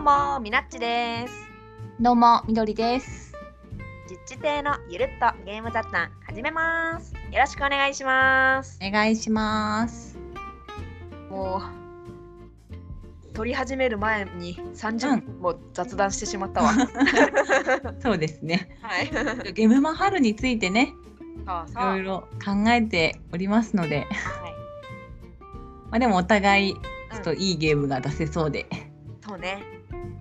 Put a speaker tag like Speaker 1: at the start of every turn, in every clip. Speaker 1: もみなっちです
Speaker 2: どうも、みどりです。
Speaker 1: 実地亭のゆるっとゲーム雑談始めますよろしくお願いします
Speaker 2: お願いします。
Speaker 1: もう撮り始める前に30分も雑談してしまった わ、
Speaker 2: そうですね。
Speaker 1: はい
Speaker 2: ゲームマ春についてね、
Speaker 1: そう
Speaker 2: い
Speaker 1: そう
Speaker 2: ろいろ考えておりますので、
Speaker 1: はい
Speaker 2: まあでもお互いちょっ
Speaker 1: う
Speaker 2: と
Speaker 1: ん
Speaker 2: いいゲームが出せそうで
Speaker 1: そうね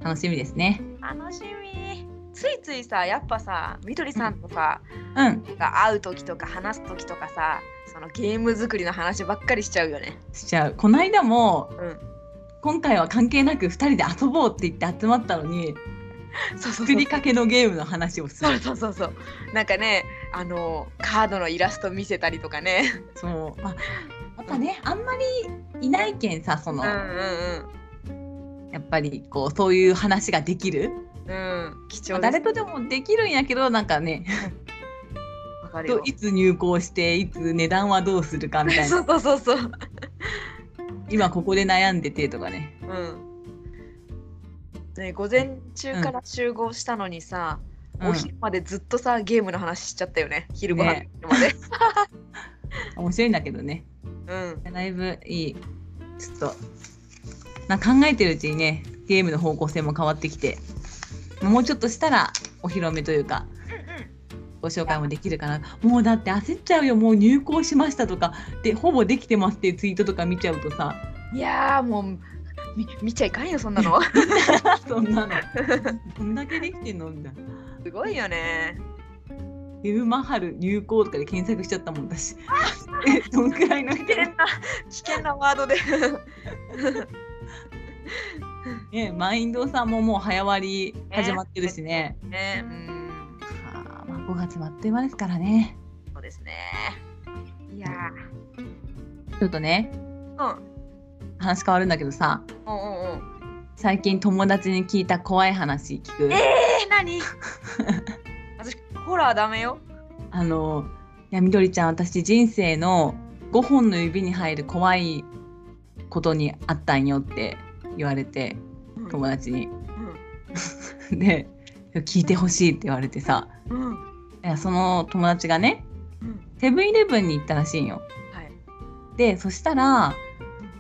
Speaker 2: 楽しみですね。
Speaker 1: 楽しみついついさやっぱさみどりさんとさ、
Speaker 2: うん、
Speaker 1: が会う時とか話す時とかさそのゲーム作りの話ばっかりしちゃうよね
Speaker 2: しちゃう。この間も
Speaker 1: うん
Speaker 2: 今回は関係なく2人で遊ぼうって言って集まったのに、
Speaker 1: そうそう
Speaker 2: 作りかけのゲームの話をす
Speaker 1: そう
Speaker 2: る。
Speaker 1: そうそうそうなんかねあのカードのイラスト見せたりとかね
Speaker 2: そう。まあやっぱね、あんまりいないけんさ、その、
Speaker 1: う
Speaker 2: やっぱりこうそういう話ができる。
Speaker 1: んうんうん貴重
Speaker 2: まあ
Speaker 1: で
Speaker 2: 誰
Speaker 1: す
Speaker 2: とでもできるんやけど、なんかね。
Speaker 1: わかる
Speaker 2: と
Speaker 1: よ
Speaker 2: いつ入校していつ値段はどうするかみたい
Speaker 1: そ
Speaker 2: な
Speaker 1: うそうそうそう
Speaker 2: 今ここで悩んでてとかね
Speaker 1: うんね午前中から集合したのにさ、
Speaker 2: うん
Speaker 1: お昼までずっとさゲームの話しちゃったよね昼ご飯
Speaker 2: ね
Speaker 1: まで、
Speaker 2: 面白いんだけどね
Speaker 1: うん
Speaker 2: だいぶいいちょっとなんか考えてるうちにねゲームの方向性も変わってきてもうちょっとしたらお披露目というかご紹介もできるかなもうだって焦っちゃうよもう入校しましたとかでほぼできてますっていうツイートとか見ちゃうとさ
Speaker 1: いやーもうみ見ちゃいかんよそんなの
Speaker 2: そんなのどんだけできてんのみたいな
Speaker 1: すごいよね
Speaker 2: 「ゲルマハル入校」とかで検索しちゃったもん だしえどんくらいの
Speaker 1: 危
Speaker 2: 人
Speaker 1: 険な危険なワードで
Speaker 2: ね、マインドさんももう早割り始まってるしね。
Speaker 1: ねうん
Speaker 2: はあまあ、5月はあっという間ですからね。
Speaker 1: そうですねいや
Speaker 2: ちょっとね、
Speaker 1: ーうん
Speaker 2: 話変わるんだけどさ、
Speaker 1: おうんうんうん
Speaker 2: 最近友達に聞いた怖い話聞く。
Speaker 1: えー、 何私ホラーダメよ
Speaker 2: あの、いや、みどりちゃん、私人生の5本の指に入る怖いことにあったんよって言われて、友達に。で、聞いてほしいって言われてさ、
Speaker 1: うんうん
Speaker 2: いやその友達がね、
Speaker 1: うん
Speaker 2: セブンイレブンに行ったらしいんよ。
Speaker 1: はい
Speaker 2: でそしたら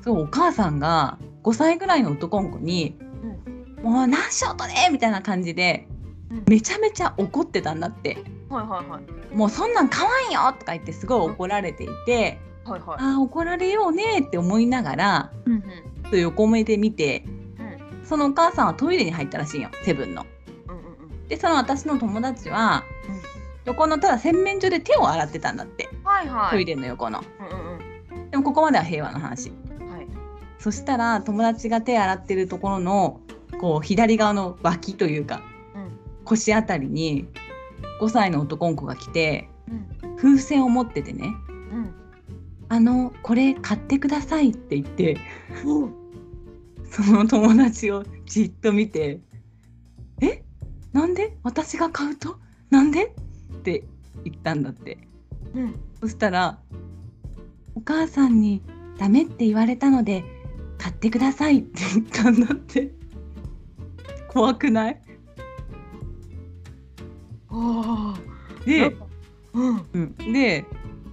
Speaker 2: そのお母さんが5歳ぐらいの男の子に「もう何しようとね!」みたいな感じで
Speaker 1: うん
Speaker 2: めちゃめちゃ怒ってたんだって
Speaker 1: はいはいはい
Speaker 2: 「もうそんなん買わんよ!」とか言ってすごい怒られていて
Speaker 1: はい
Speaker 2: 「
Speaker 1: はい
Speaker 2: あー怒られようね」って思いながら
Speaker 1: うんうん
Speaker 2: ちょっと横目で見て
Speaker 1: うん
Speaker 2: そのお母さんはトイレに入ったらしいんよセブンの。
Speaker 1: うんうんうん
Speaker 2: でその私の友達は
Speaker 1: うん
Speaker 2: 横のただ洗面所で手を洗ってたんだって
Speaker 1: はいはい
Speaker 2: トイレの横の。
Speaker 1: うんうん
Speaker 2: でもここまでは平和の話。
Speaker 1: うんはい
Speaker 2: そしたら友達が手洗ってるところのこう左側の脇というか、
Speaker 1: うん
Speaker 2: 腰あたりに5歳の男の子が来て
Speaker 1: うん
Speaker 2: 風船を持っててね
Speaker 1: うん
Speaker 2: 「あのこれ買ってください」って言って
Speaker 1: お
Speaker 2: その友達をじっと見て「えなんで私が買うとなんで?」って言ったんだって
Speaker 1: うん
Speaker 2: そしたら「お母さんにダメって言われたので買ってください」って言ったんだって怖くない
Speaker 1: おーなん
Speaker 2: で
Speaker 1: か、うん
Speaker 2: うん、で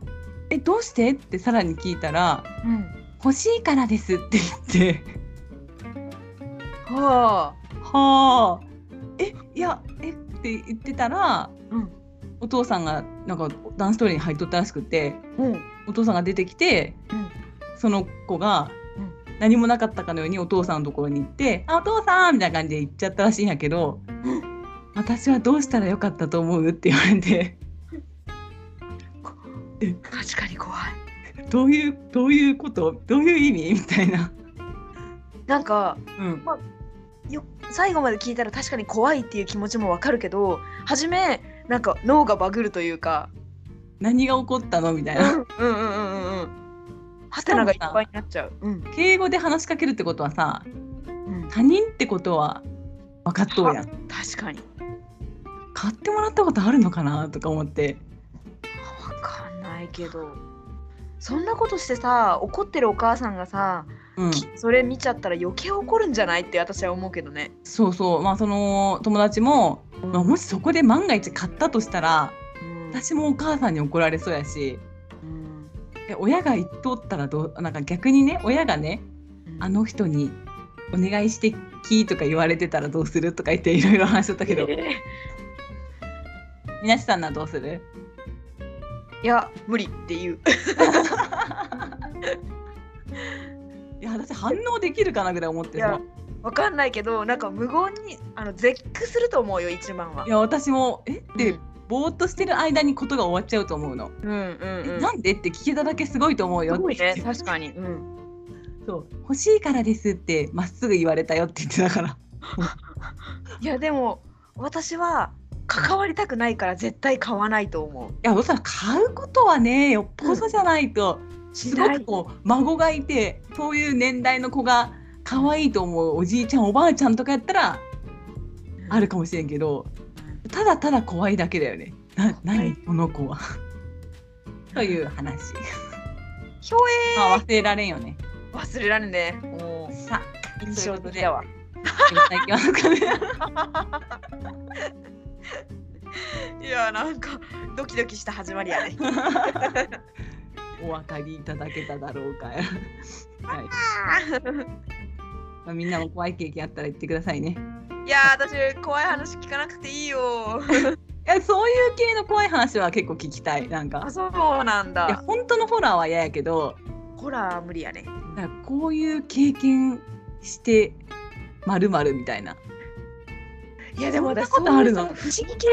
Speaker 2: 「えどうして?」ってさらに聞いたら
Speaker 1: うん
Speaker 2: 「欲しいからです」って言って
Speaker 1: はあ
Speaker 2: 「はあえいやえっ?」て言ってたら
Speaker 1: うん
Speaker 2: お父さんがなんか男子トイレに入っとったらしくて
Speaker 1: うん
Speaker 2: お父さんが出てきて、
Speaker 1: うん
Speaker 2: その子が
Speaker 1: うん
Speaker 2: 何もなかったかのようにお父さんのところに行って「あお父さん!」みたいな感じで行っちゃったらしいんやけど「私はどうしたらよかったと思う?」って言われて
Speaker 1: 確かに怖い
Speaker 2: 「どういうどういうことどういう意味?」みたいな。
Speaker 1: なんか
Speaker 2: うん
Speaker 1: よ最後まで聞いたら確かに怖いっていう気持ちもわかるけど初めなんか脳がバグるというか
Speaker 2: 何が起こったのみたいな。
Speaker 1: うんうんうんうんうんハテナがいっぱいになっちゃううん
Speaker 2: 敬語で話しかけるってことはさ
Speaker 1: うん
Speaker 2: 他人ってことは分かっとうやん。
Speaker 1: 確かに
Speaker 2: 買ってもらったことあるのかなとか思って
Speaker 1: わかんないけどそんなことしてさ怒ってるお母さんがさ、
Speaker 2: ううん、
Speaker 1: それ見ちゃったら余計怒るんじゃないって私は思うけどね。
Speaker 2: そうそうまあその友達も、まあ、もしそこで万が一買ったとしたら
Speaker 1: うん
Speaker 2: 私もお母さんに怒られそうやし
Speaker 1: うん
Speaker 2: え親が言っとったらどうなんか逆にね親がねあの人に「お願いしてき」とか言われてたらどうするとか言っていろいろ話しとったけど
Speaker 1: えー
Speaker 2: みなしさんならどうする
Speaker 1: いや無理っていう。
Speaker 2: いや私反応できるかなぐらい思って
Speaker 1: い
Speaker 2: さい
Speaker 1: や
Speaker 2: や
Speaker 1: わかんないけどなんか無言にあの絶句すると思うよ一番は。
Speaker 2: 私も「えっ?」てぼーっとしてる間にことが終わっちゃうと思うの。
Speaker 1: うんうん
Speaker 2: え
Speaker 1: うん。
Speaker 2: なんでって聞けただけすごいと思うよ
Speaker 1: す
Speaker 2: って
Speaker 1: ご
Speaker 2: 言
Speaker 1: い
Speaker 2: っ
Speaker 1: ね
Speaker 2: て
Speaker 1: 確かに。うん。
Speaker 2: そう欲しいからですってまっすぐ言われたよって言ってたから
Speaker 1: いやでも私は関わりたくないから絶対買わないと思う。
Speaker 2: いやそしたら買うことはねよっぽどじゃないと、すごくこう孫がいてそういう年代の子が可愛いと思うおじいちゃんおばあちゃんとかやったらあるかもしれんけどただただ怖いだけだよねな何この子はという話
Speaker 1: ひょ
Speaker 2: まあ忘れられんよね
Speaker 1: え忘れられね。もう
Speaker 2: さあ
Speaker 1: 印象的だわ。
Speaker 2: ということでいきますかね
Speaker 1: いやなんかドキドキした始まり やね。
Speaker 2: お分かりいただけただろうかはい、まあ、みんなも怖い経験あったら言ってくださいね
Speaker 1: いや私怖い話聞かなくていいよ。
Speaker 2: いやそういう系の怖い話は結構聞きたいなんか
Speaker 1: あそうなん
Speaker 2: いや
Speaker 1: だ。
Speaker 2: 本当のホラーは嫌やけど
Speaker 1: ホラー無理やね。
Speaker 2: なんかこういう経験してまるまるみたいない
Speaker 1: やでも私
Speaker 2: そんなことある
Speaker 1: そ
Speaker 2: の
Speaker 1: ういうさ不思議系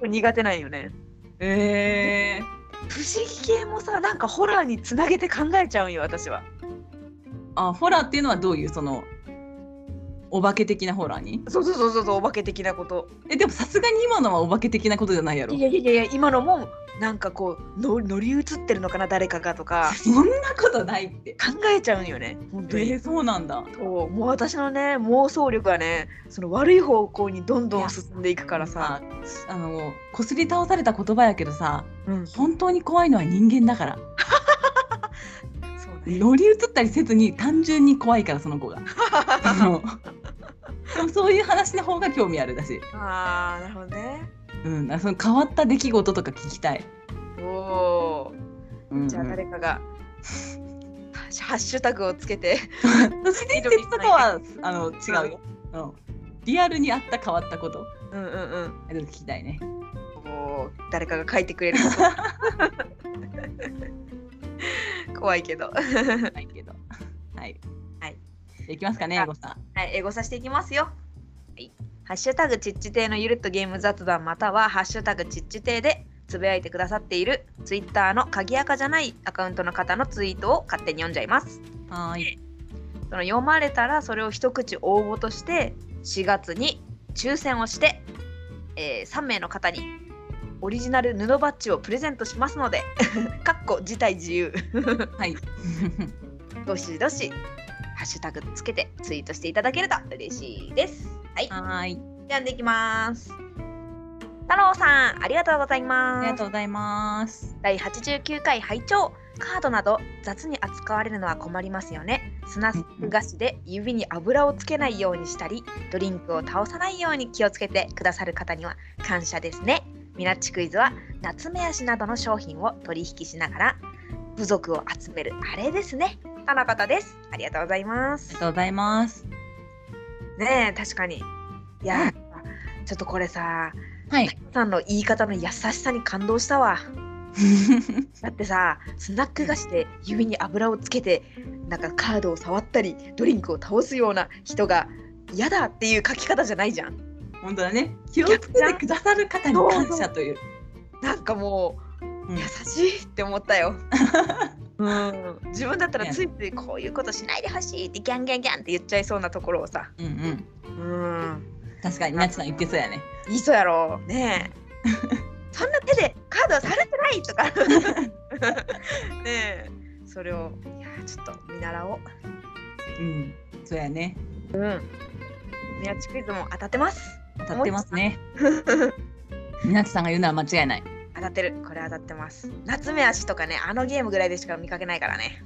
Speaker 1: も苦手なんよね。
Speaker 2: えー、
Speaker 1: 不思議系もさなんかホラーにつなげて考えちゃうんよ私は。
Speaker 2: あホラーっていうのはどういうそのお化け的なホラーに
Speaker 1: そうそうそうそうそうお化け的なこと。
Speaker 2: えでもさすがに今のはお化け的なことじゃないやろ
Speaker 1: いやいやいやいや今のもなんかこうの乗り移ってるのかな誰かがとか
Speaker 2: そんなことないって
Speaker 1: 考えちゃうんよね本
Speaker 2: え
Speaker 1: 当に。
Speaker 2: ー、そうなんだ
Speaker 1: そうもう私のね妄想力はねその悪い方向にどんどん進んでいくからさ、
Speaker 2: あのこすり倒された言葉やけどさ
Speaker 1: うん、そ
Speaker 2: 本当に怖いのは人間だから
Speaker 1: うね
Speaker 2: 乗り移ったりせずに単純に怖いからその 子があのでもそういう話の方が興味あるだし、
Speaker 1: あーなるほどね
Speaker 2: うん、あその変わった出来事とか聞きたい、
Speaker 1: おお
Speaker 2: うんうん
Speaker 1: じゃあ誰かが、ハッシュタグをつけて
Speaker 2: 都市伝説とかはあの違うよ、うん、リアルにあった変わったこと
Speaker 1: うんうんうん
Speaker 2: あれを聞きたいね
Speaker 1: もう誰かが書いてく れること。怖いけど。は
Speaker 2: ないけどはい、
Speaker 1: はい、
Speaker 2: いきますかね
Speaker 1: あ
Speaker 2: エゴさん
Speaker 1: い、英語させていきますよ。はい、ハッシュタグちっち亭のゆるっとゲーム雑談またはハッシュタグちっち亭でつぶやいてくださっているツイッターの鍵垢じゃないアカウントの方のツイートを勝手に読んじゃいます。
Speaker 2: はー い
Speaker 1: その読まれたらそれを一口応募として4月に抽選をして、え3名の方にオリジナル布バッジをプレゼントしますので、 かっこ自体自由。
Speaker 2: はい
Speaker 1: どしどしハッシュタグつけてツイートしていただけると嬉しいです。はい、
Speaker 2: はーい
Speaker 1: 読んでいきます。太郎さん、ありがとうござい
Speaker 2: あ
Speaker 1: ます。
Speaker 2: りがとうございます
Speaker 1: 第89回拝聴カードなど雑に扱われるのは困りますよね砂菓子で指に油をつけないようにしたりドリンクを倒さないように気をつけてくださる方には感謝ですねミナッチクイズはナツメヤシなどの商品を取引しながら部族を集めるあれですねとのことですありがとうございま
Speaker 2: あり
Speaker 1: す
Speaker 2: がとうございます
Speaker 1: ねえ確かにいやーちょっとこれさ
Speaker 2: はい
Speaker 1: さんの言い方の優しさに感動したわだってさスナック菓子で指に油をつけてなんかカードを触ったりドリンクを倒すような人が嫌だっていう書き方じゃないじゃん
Speaker 2: 本当だね気をつけてくださる方に感謝という
Speaker 1: なんかもう、
Speaker 2: うん
Speaker 1: 優しいって思った ようん自分だったらついついこういうことしないでほしいってギャンギャンギャンって言っちゃいそうなところをさ
Speaker 2: うんうん
Speaker 1: うん
Speaker 2: 確かになちさん言ってそうやね
Speaker 1: いいそうやろねえ そんな手でカードを触ってないとかねえそれをいやちょっと見習おう
Speaker 2: うんそうやね
Speaker 1: 宮地クイズも当たってます
Speaker 2: 当たってますねみなちさんが言うのは間違いない
Speaker 1: 当たってるこれ当たってます夏目足とかねあのゲームぐらいでしか見かけないからね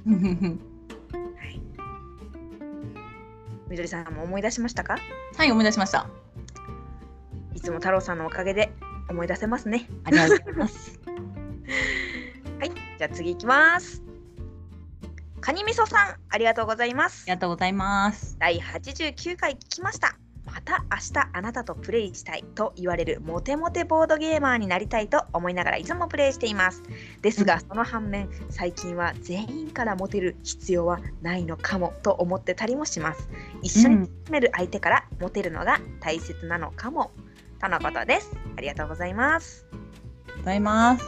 Speaker 1: みどりさんも思い出しましたか
Speaker 2: はい、思い出しました。
Speaker 1: いつも太郎さんのおかげで思い出せますね。
Speaker 2: ありがとうございます。
Speaker 1: はい、じゃあ次いきます。カニ味噌さん、ありがとうございます
Speaker 2: あり。がとうございます。
Speaker 1: 第89回聞きました。また明日あなたとプレイしたいと言われるモテモテボードゲーマーになりたいと思いながらいつもプレイしています。ですがその反面最近は全員からモテる必要はないのかもと思ってたりもします。一緒に進める相手からモテるのが大切なのかもとのことです。ありがとうございます。
Speaker 2: ありがとうございます。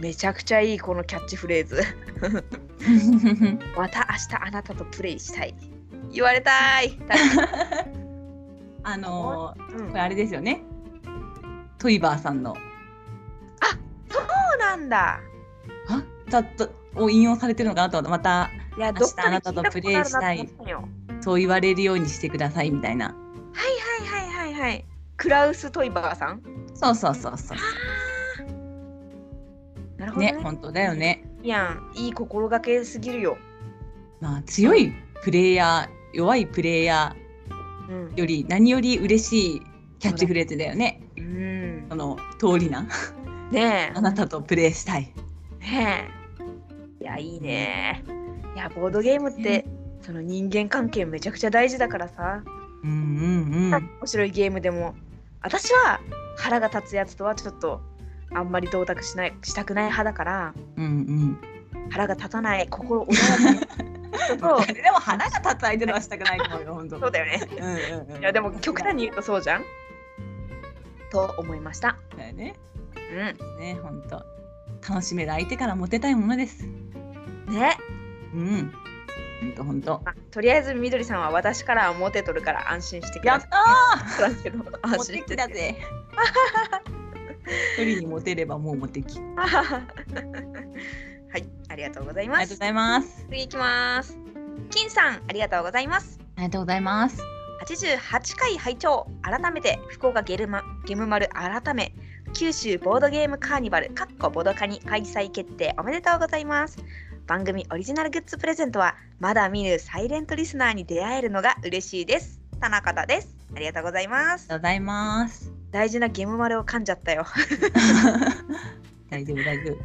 Speaker 1: めちゃくちゃいいこのキャッチフレーズ。 また明日あなたとプレイしたい。言われた い。
Speaker 2: あのー、
Speaker 1: うん
Speaker 2: これあれですよね。トイバーさんの。
Speaker 1: そうなんだ。
Speaker 2: あ、ちょっと、を引用されてるのかなと思って、また、
Speaker 1: いや、
Speaker 2: 明日
Speaker 1: どっかで
Speaker 2: あなたとプレイしたい
Speaker 1: 聞たことあるなと思ったのよ
Speaker 2: そう言われるようにしてくださいみたいな。
Speaker 1: はいはいはいはいはい。クラウストイバーさん。
Speaker 2: そうそうそうそう。
Speaker 1: なるほど
Speaker 2: ね
Speaker 1: ね。、
Speaker 2: 本当だよね。
Speaker 1: いいやん、いい心がけすぎるよ。
Speaker 2: まあ、強いプレイヤー、弱いプレイヤ
Speaker 1: うん
Speaker 2: ー。より、何より嬉しいキャッチフレーズだよね。
Speaker 1: うん
Speaker 2: そ。の通りな。
Speaker 1: ね
Speaker 2: あなたとプレイしたい。
Speaker 1: え。ねえ。いや、いいね。いや、ボードゲームって
Speaker 2: ね。
Speaker 1: その人間関係めちゃくちゃ大事だからさ、
Speaker 2: うんうんうん。
Speaker 1: 面白いゲームでも私は腹が立つやつとはちょっとあんまり同卓しないしたくない派だから
Speaker 2: うんうん。
Speaker 1: 腹が立たない心穏やかな人 と
Speaker 2: でも腹が立つ相手のはしたくないと思 うよ、本当。
Speaker 1: そうだよね
Speaker 2: うんうんうん
Speaker 1: いやでも極端に言うとそうじゃんと思いました。
Speaker 2: だよね。
Speaker 1: う
Speaker 2: ね、本当。楽しめる相手からモテたいものです。
Speaker 1: ん。ね。
Speaker 2: うん。本当本当。
Speaker 1: まあとりあえずみどりさんは私からはモテとるから安心してくだ
Speaker 2: やっ
Speaker 1: さ
Speaker 2: たー。
Speaker 1: い。けど
Speaker 2: モ
Speaker 1: 安
Speaker 2: テ
Speaker 1: 心し
Speaker 2: キ
Speaker 1: て
Speaker 2: だ。ぜ。一人にモテればもうモテキ。あり
Speaker 1: はい、ありがとうございま
Speaker 2: がとう
Speaker 1: す
Speaker 2: ご。ざいます。
Speaker 1: 次行きます。金さん、ありがとうございます。
Speaker 2: ありがとうございます。
Speaker 1: 88回拝聴改めて福岡ゲルマゲムマル改め九州ボードゲームカーニバルかっこボドカに開催決定おめでとうございます番組オリジナルグッズプレゼントはまだ見ぬサイレントリスナーに出会えるのが嬉しいです田中田ですありがとうございます
Speaker 2: ありがとうございます。
Speaker 1: 大事なゲムマルを噛んじゃったよ
Speaker 2: 大丈夫大丈夫。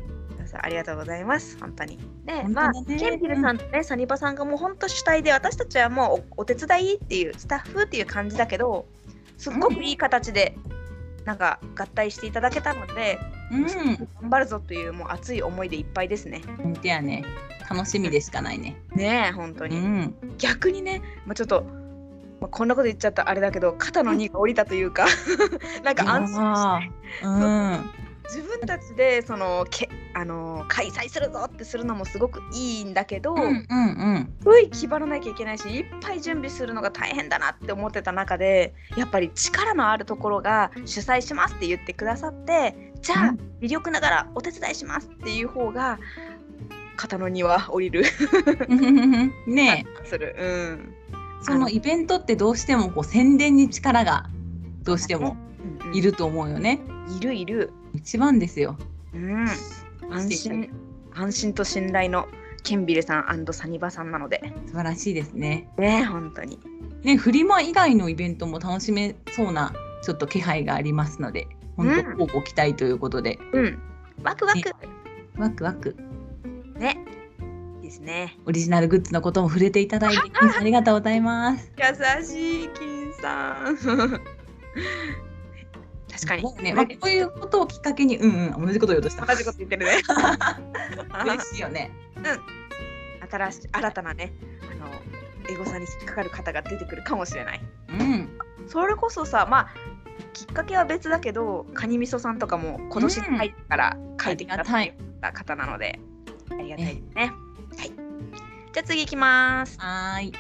Speaker 1: そうありがとうございます本当にね
Speaker 2: 本当
Speaker 1: まあ
Speaker 2: だね
Speaker 1: ケンピルさんとね、サニバさんがもう本当主体で私たちはもうおお手伝いっていうスタッフっていう感じだけどすっごくいい形でなんか合体していただけたので
Speaker 2: うん。
Speaker 1: 頑張るぞというもう熱い思いでいっぱいですね。
Speaker 2: 本当やね。楽しみでしかないね。
Speaker 1: ねえ本当
Speaker 2: う
Speaker 1: に、
Speaker 2: ん。
Speaker 1: 逆にね、まあ、ちょっと、まあ、こんなこと言っちゃったあれだけど肩の荷が下りたというか なんか安心して
Speaker 2: いやーうん。
Speaker 1: 自分たちでそのけあのー開催するぞってするのもすごくいいんだけど、
Speaker 2: うんうんうん。
Speaker 1: すごい気張らなきゃいけないしいっぱい準備するのが大変だなって思ってた中でやっぱり力のあるところが主催しますって言ってくださってじゃ
Speaker 2: う
Speaker 1: あ
Speaker 2: ん
Speaker 1: 魅力ながらお手伝いしますっていう方が肩の荷は下り る
Speaker 2: ねえ
Speaker 1: する。うん
Speaker 2: そのイベントってどうしてもこう宣伝に力がどうしても
Speaker 1: うんうん
Speaker 2: いると思うよね。
Speaker 1: いるいる、
Speaker 2: 一番ですよ。
Speaker 1: うん、安心安心と信頼のケンビルさんサニバさんなので
Speaker 2: 素晴らしいですね。
Speaker 1: ね本当に
Speaker 2: ねフリマ以外のイベントも楽しめそうなちょっと気配がありますので本
Speaker 1: うん
Speaker 2: 当をご期待ということで、
Speaker 1: うんワクワク
Speaker 2: ねワクワク
Speaker 1: ねいいですね
Speaker 2: オリジナルグッズのことも触れていただいてありがとうございます。
Speaker 1: 優しい金さん確かに
Speaker 2: ねまあこういうことをきっかけにうんうん同じこと言おうとした。
Speaker 1: 同じこと言ってるね
Speaker 2: 嬉しいよね。
Speaker 1: 新しい新たなねあのエゴさに引っかかる方が出てくるかもしれない
Speaker 2: うん。
Speaker 1: それこそさまあきっかけは別だけどカニ味噌さんとかも今年に入ってから書いてくださった方なので、ありがたいですねはいじゃあ次いきます
Speaker 2: はーい。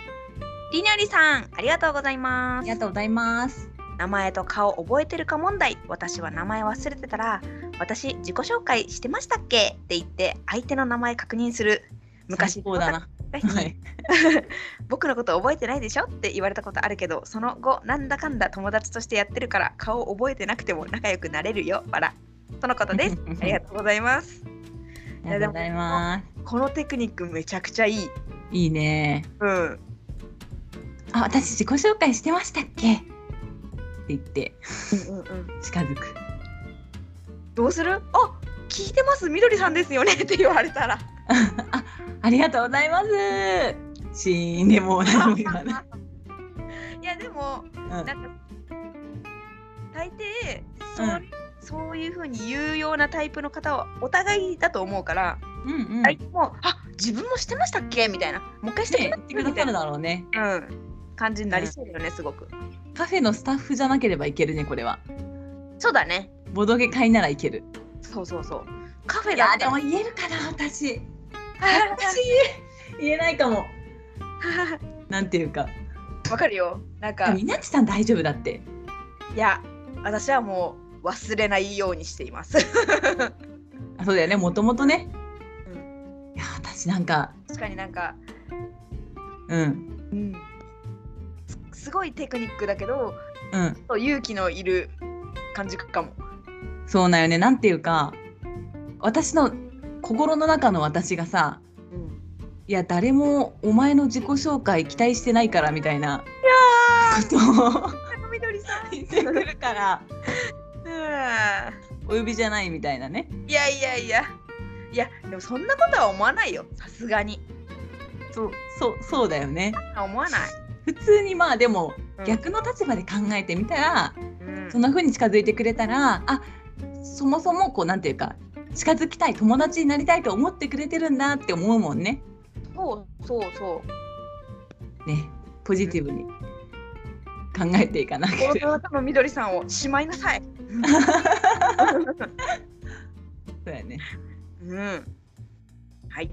Speaker 1: りにょりさんありがとうござい
Speaker 2: あ
Speaker 1: ま
Speaker 2: り
Speaker 1: す
Speaker 2: がとうございます。
Speaker 1: 名前と顔覚えてるか問題私は名前忘れてたら私自己紹介してましたっけって言って相手の名前確認する昔
Speaker 2: 最高だな。はい。
Speaker 1: 僕のこと覚えてないでしょって言われたことあるけどその後なんだかんだ友達としてやってるから顔を覚えてなくても仲良くなれるよ笑とのことですあり がとうございます
Speaker 2: ありがとうございます。
Speaker 1: このテクニックめちゃくちゃいい
Speaker 2: いいね。
Speaker 1: うん
Speaker 2: あ私自己紹介してましたっけ?」って言って
Speaker 1: うんうんうん
Speaker 2: 近づく
Speaker 1: どうするあ聞いてますみどりさんですよねって言われたら
Speaker 2: あありがとうございますシーンでもう何も言わな い、
Speaker 1: いやでも
Speaker 2: うん
Speaker 1: なんか大抵そう,、そういうふうに言うようなタイプの方はお互いだと思うから、
Speaker 2: うんうん、
Speaker 1: 相手もあ自分もしてましたっけみたいなもう一回して
Speaker 2: ね
Speaker 1: く
Speaker 2: 言ってくださるだろうね
Speaker 1: うん、感じになりそうだよね、すごく。
Speaker 2: カフェのスタッフじゃなければいけるねこれは
Speaker 1: そうだね。
Speaker 2: ボドゲ会ならいける
Speaker 1: そうそうそう。カフェ
Speaker 2: い
Speaker 1: だ
Speaker 2: や
Speaker 1: っ
Speaker 2: で
Speaker 1: た
Speaker 2: も
Speaker 1: ら。
Speaker 2: 言えるかな私私言えないかもなんていうか
Speaker 1: わかるよ。なんか、
Speaker 2: みなちさん大丈夫だって
Speaker 1: いや、私はもう忘れないようにしています。
Speaker 2: あそうだよねもともとね、
Speaker 1: う
Speaker 2: いや私なんか
Speaker 1: 確かになんか、
Speaker 2: うん
Speaker 1: うん、すすごいテクニックだけど、
Speaker 2: うん
Speaker 1: そう勇気のいる感じかも。
Speaker 2: そうなんよねなんていうか私の心の中の私がさ
Speaker 1: うん、
Speaker 2: いや誰もお前の自己紹介期待してないからみたいなことを
Speaker 1: みどりさん。
Speaker 2: 言ってくるから
Speaker 1: う
Speaker 2: お呼びじゃないみたいなね
Speaker 1: ん。いやいやいや。いや、でもそんなことは思わないよ。さすがに。
Speaker 2: そうそうそうだよね
Speaker 1: あ思わない。
Speaker 2: 普通にまあでも
Speaker 1: うん
Speaker 2: 逆の立場で考えてみたら、
Speaker 1: うん
Speaker 2: そんな風に近づいてくれたらあそもそもこうなんていうか近づきたい友達になりたいと思ってくれてるんだって思うもんね
Speaker 1: そうそうそう。
Speaker 2: ねポジティブに考えていかなきゃ
Speaker 1: 大沢さんのみどりさんをしまいなさい。
Speaker 2: そうやね、
Speaker 1: うん。はい。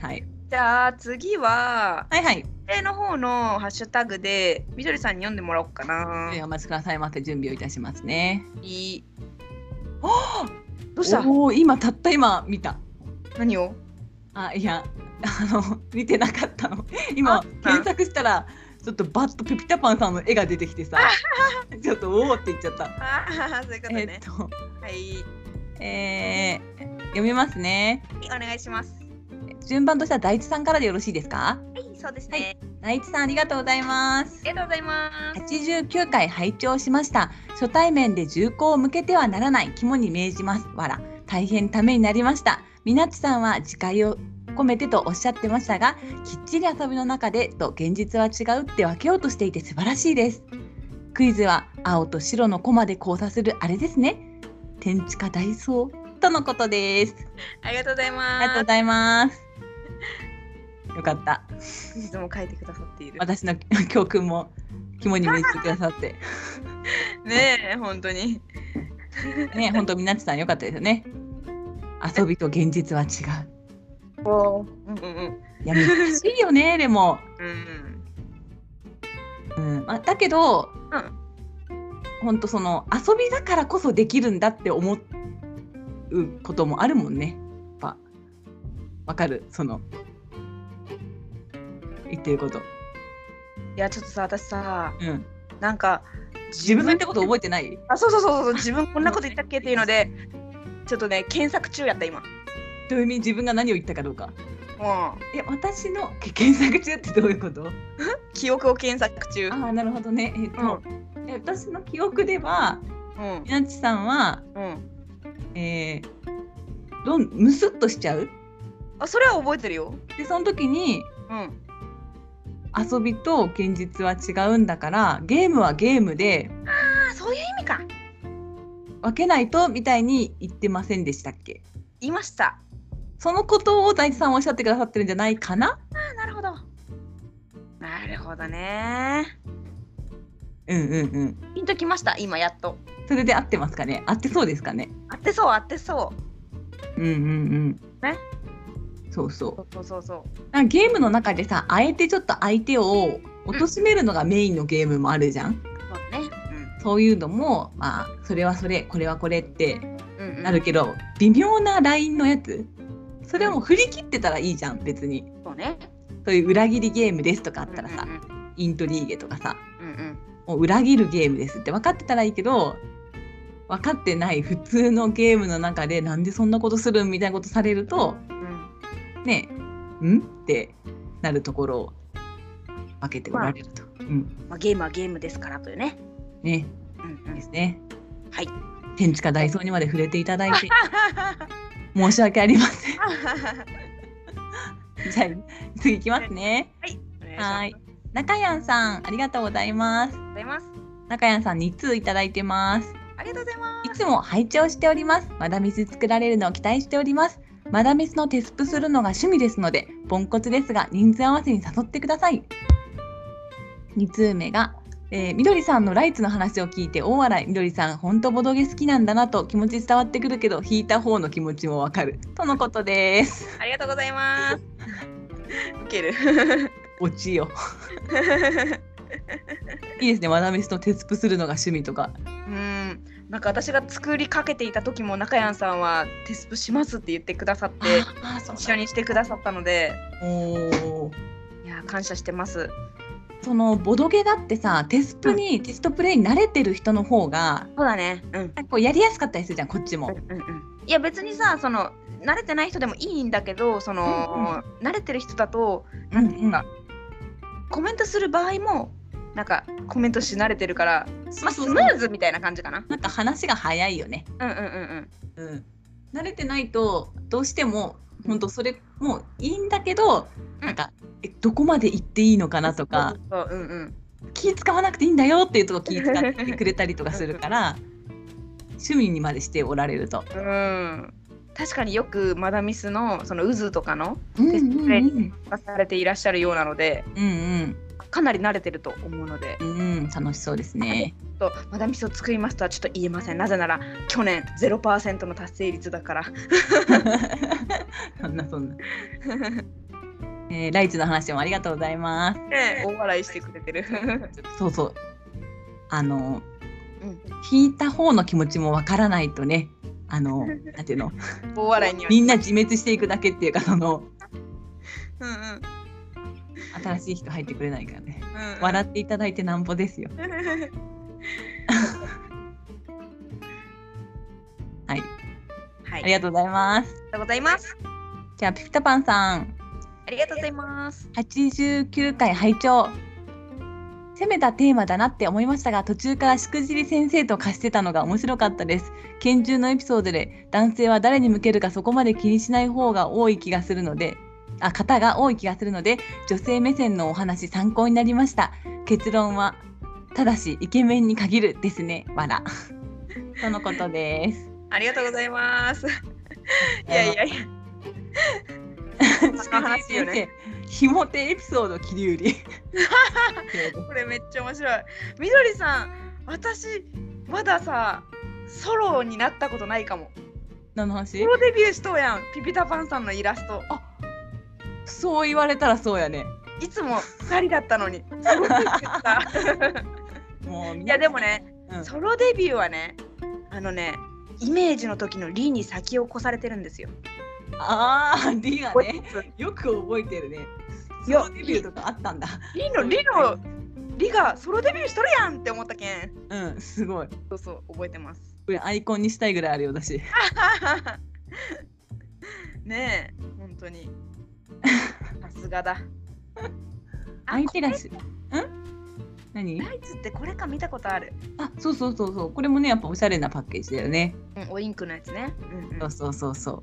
Speaker 2: はい、
Speaker 1: じゃあ次は、
Speaker 2: はいはい
Speaker 1: これの方のハッシュタグでみどりさんに読んでもらおうかな。
Speaker 2: でお待ちくださいませ準備をいたしますね
Speaker 1: いい。
Speaker 2: あ
Speaker 1: どうした
Speaker 2: おお今たった今見た
Speaker 1: 何を
Speaker 2: あいやあの見てなかったの今
Speaker 1: あ
Speaker 2: 検索したらちょっとバッとピピタパンさんの絵が出てきてさちょっとおおって言っちゃった
Speaker 1: ああ、そういうこと
Speaker 2: え
Speaker 1: ね
Speaker 2: っ。と
Speaker 1: はい。
Speaker 2: えー、読みますね。
Speaker 1: お願いします。
Speaker 2: 順番としては大地さんからでよろしいですか。
Speaker 1: はい、そうです
Speaker 2: ね
Speaker 1: ね。
Speaker 2: 大地さんありがとうございます。
Speaker 1: ありがとうございます。
Speaker 2: 89回拝聴しました。初対面で銃口を向けてはならない肝に銘じます。わら。大変ためになりました。みなちさんは自戒を込めてとおっしゃってましたが、きっちり遊びの中でと現実は違うって分けようとしていて素晴らしいです。クイズは青と白のコマで交差するあれですね。天地下大草とのことです。
Speaker 1: ありがとうござい
Speaker 2: ありがとう
Speaker 1: ま
Speaker 2: ございます。よかった。
Speaker 1: す。いつも書いてくださっている。
Speaker 2: 私の教訓も肝に銘じてくださって。
Speaker 1: ねえ、本当に。
Speaker 2: ね、本当みなちさんよかったですよね。遊びと現実は違う。
Speaker 1: おうんうんうん。
Speaker 2: いや、難しい よね、でも。
Speaker 1: うん。
Speaker 2: うん、まあ、だけど、
Speaker 1: うん
Speaker 2: 本当その遊びだからこそできるんだって思うこともあるもんね。やっぱ。わかる、その。言ってること。
Speaker 1: いや、ちょっとさ、私さ、
Speaker 2: うん。
Speaker 1: なんか、
Speaker 2: 自分の言ったこと覚えてない。
Speaker 1: あそうそうそうそう自分こんなこと言ったっけっていうのでちょっとね検索中やった今も
Speaker 2: どういう意味、自分が何を言ったかどうか。
Speaker 1: う
Speaker 2: え、私のけ検索中ってどういうこと？
Speaker 1: 記憶を検索中
Speaker 2: ああ、なるほどね。えっと、え私の記憶では、
Speaker 1: うん
Speaker 2: みなちさんは、
Speaker 1: うん
Speaker 2: えー、どんムスッとしちゃう。
Speaker 1: あそれは覚えてるよ
Speaker 2: で、その時に
Speaker 1: うん
Speaker 2: 遊びと現実は違うんだから、ゲームはゲームで
Speaker 1: あそういう意味か
Speaker 2: 分けないとみたいに言ってませんでしたっけ？
Speaker 1: 言いました
Speaker 2: そのことを大地さんはおっしゃってくださってるんじゃないかな？
Speaker 1: あなるほどなるほどね
Speaker 2: うんうんうん。
Speaker 1: ピンときました今やっと
Speaker 2: それで合ってますかね？合ってそうですかね？
Speaker 1: 合ってそう合ってそう
Speaker 2: うんうんうん。
Speaker 1: ね。
Speaker 2: そうそう。
Speaker 1: そうそうそう
Speaker 2: なんかゲームの中でさあえてちょっと相手を貶めるのがメインのゲームもあるじゃん、
Speaker 1: そうね
Speaker 2: そういうのもまあそれはそれこれはこれって
Speaker 1: うんうんうん
Speaker 2: なるけど、微妙なラインのやつそれはもう振り切ってたらいいじゃん別に
Speaker 1: そうね
Speaker 2: そういう裏切りゲームですとかあったらさ、
Speaker 1: うんうん
Speaker 2: イントリーゲとかさ
Speaker 1: うんうん
Speaker 2: もう裏切るゲームですって分かってたらいいけど分かってない普通のゲームの中でなんでそんなことするんみたいなことされると
Speaker 1: うん
Speaker 2: ねんってなるところを分けておられると。うん。
Speaker 1: まあ、ゲームはゲームですからというね。
Speaker 2: ね。
Speaker 1: うんう
Speaker 2: で
Speaker 1: ん、
Speaker 2: すね。
Speaker 1: はい。
Speaker 2: 天地かダイソーにまで触れていただいて申し訳ありません。 じゃあ次いきますね。は
Speaker 1: はいい。
Speaker 2: 中やんさんありがとうございます。
Speaker 1: お願いしますありがとうございます。
Speaker 2: 中やんさん2通いただいてます。
Speaker 1: ありがとうございま
Speaker 2: いつも拝聴しております。マダミス作られるのを期待しております。マダミスのテスプするのが趣味ですので、ポンコツですが人数合わせに誘ってください。2通目が、えーみどりさんのライツの話を聞いて大笑い。みどりさん、ほんとボドゲ好きなんだなと気持ち伝わってくるけど、引いた方の気持ちもわかる。とのことです。
Speaker 1: す。ありがとうございます。ウケる。
Speaker 2: 落ちよ。いいですね、マダミスのテスプするのが趣味とか。
Speaker 1: うん。なんか私が作りかけていた時も中山さんはテスプしますって言ってくださって
Speaker 2: あー、そう
Speaker 1: 一緒にしてくださったので、
Speaker 2: おー
Speaker 1: いやー感謝してます。
Speaker 2: そのボドゲだってさテスプに、テストプレイに慣れてる人の方が
Speaker 1: そうだね。うん。
Speaker 2: なんかこうやりやすかったりするじゃんこっちも。
Speaker 1: うんうんいや別にさその慣れてない人でもいいんだけどその、慣れてる人だと
Speaker 2: なん
Speaker 1: ていうかコメントする場合もなんかコメントし慣れてるから、まあ、スムーズみたいな感じかな。
Speaker 2: なんか話が早いよね。
Speaker 1: うんうんうん
Speaker 2: うん、慣れてないとどうしても本当それもいいんだけど、
Speaker 1: うん
Speaker 2: なんかえどこまで行っていいのか
Speaker 1: うん。
Speaker 2: なとか
Speaker 1: そうそううんうん。
Speaker 2: 気使わなくていいんだよっていうとこ気使ってくれたりとかするから趣味にまでしておられると。
Speaker 1: うん、確かによくマダミスのその渦とかの
Speaker 2: うん
Speaker 1: テストプレイ
Speaker 2: うん
Speaker 1: 出されていらっしゃるようなので
Speaker 2: うん
Speaker 1: かなり慣れてると思うので
Speaker 2: うんうん楽しそうですね。
Speaker 1: ちょっとマダミスを作りますとはちょっと言えませんなぜなら去年0%の達成率だから
Speaker 2: そんなそんな。えーライツの話もありがとうございます。
Speaker 1: ね大笑いしてくれてる
Speaker 2: そうそう。あの、
Speaker 1: うん
Speaker 2: 引いた方の気持ちもわからないとね、あの、 なんていうの、
Speaker 1: 大笑いには
Speaker 2: みんな自滅していくだけっていうか、その、
Speaker 1: うんうんうん
Speaker 2: 新しい人入ってくれないからね。
Speaker 1: うん
Speaker 2: 笑っていただいてなんぼです よ。は
Speaker 1: は
Speaker 2: い、
Speaker 1: い、
Speaker 2: あ
Speaker 1: あ
Speaker 2: り
Speaker 1: りが
Speaker 2: がとうございます。
Speaker 1: とうございます。
Speaker 2: じゃあ、ピピタパンさん、
Speaker 1: ありがとうございます。
Speaker 2: 89回拝聴攻めたテーマだなって思いましたが途中からしくじり先生と貸してたのが面白かったです拳銃のエピソードで男性は誰に向けるかそこまで気にしない方が多い気がするのであ方が多い気がするので女性目線のお話参考になりました結論はただしイケメンに限るですねわらとのことです
Speaker 1: ありがとうございます。いやいやいや。
Speaker 2: し
Speaker 1: その
Speaker 2: くじ
Speaker 1: 話
Speaker 2: り
Speaker 1: よ
Speaker 2: 先
Speaker 1: ね
Speaker 2: 生。ひもてエピソード切り売り
Speaker 1: これめっちゃ面白い。みどりさん、私まださ、ソロになったことないかも。
Speaker 2: 何の話
Speaker 1: ソロデビューしとうやん。ピピタパンさんのイラスト。
Speaker 2: そう言われたらそうやね。
Speaker 1: いつも二人だったのに。すごく言った
Speaker 2: もうい
Speaker 1: いやでも、ね、
Speaker 2: うん
Speaker 1: ソロデビューはね、あのね、イメージの時のリーに先を越されてるんですよ。
Speaker 2: ああ、D がね、
Speaker 1: リ
Speaker 2: よく覚えてるね。
Speaker 1: いや
Speaker 2: ソロデビューとかあったんだ。
Speaker 1: のリのリがソロデビューしとるやんって思ったけん。
Speaker 2: うん、すごい。
Speaker 1: そうそう覚えてます。
Speaker 2: これアイコンにしたいぐらいあるようだし。
Speaker 1: ねえ、本当 に。さすがだ。
Speaker 2: アイテラ
Speaker 1: こ
Speaker 2: ス。ん何
Speaker 1: れライツってこれか見たことある。
Speaker 2: あ、そうそうそうそう。これもね、やっぱおしゃれなパッケージだよね。
Speaker 1: うん、おインクのやつね。うん、うん、な
Speaker 2: そう
Speaker 1: る
Speaker 2: そうそうそう。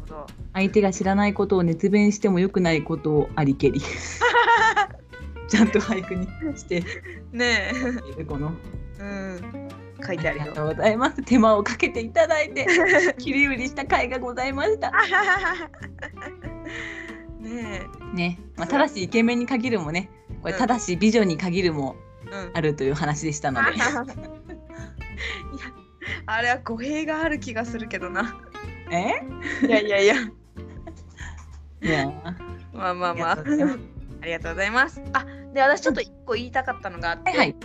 Speaker 1: ほど。
Speaker 2: 相手が知らないことを熱弁しても良くないことをありけり。 ちゃんと俳句にしてい
Speaker 1: ね
Speaker 2: るこの。
Speaker 1: え、 うん。書
Speaker 2: あ
Speaker 1: いてある
Speaker 2: りがと
Speaker 1: よ。
Speaker 2: うございます。手間をかけていた だいて、切り売りした甲斐がございました。
Speaker 1: ね
Speaker 2: ね、まあ、ただしイケメンに限るもねこれ
Speaker 1: うん
Speaker 2: ただし美女に限るも
Speaker 1: え、うん。
Speaker 2: あるという話でしたの で
Speaker 1: いや、あれは語弊がある気がするけどな。
Speaker 2: え
Speaker 1: いやいやいや。
Speaker 2: いや
Speaker 1: まあまあま
Speaker 2: あ
Speaker 1: あ
Speaker 2: りがとうございます。
Speaker 1: ありがとうございます。あ、で私ちょっと一個言いたかったのがあって、
Speaker 2: はいはい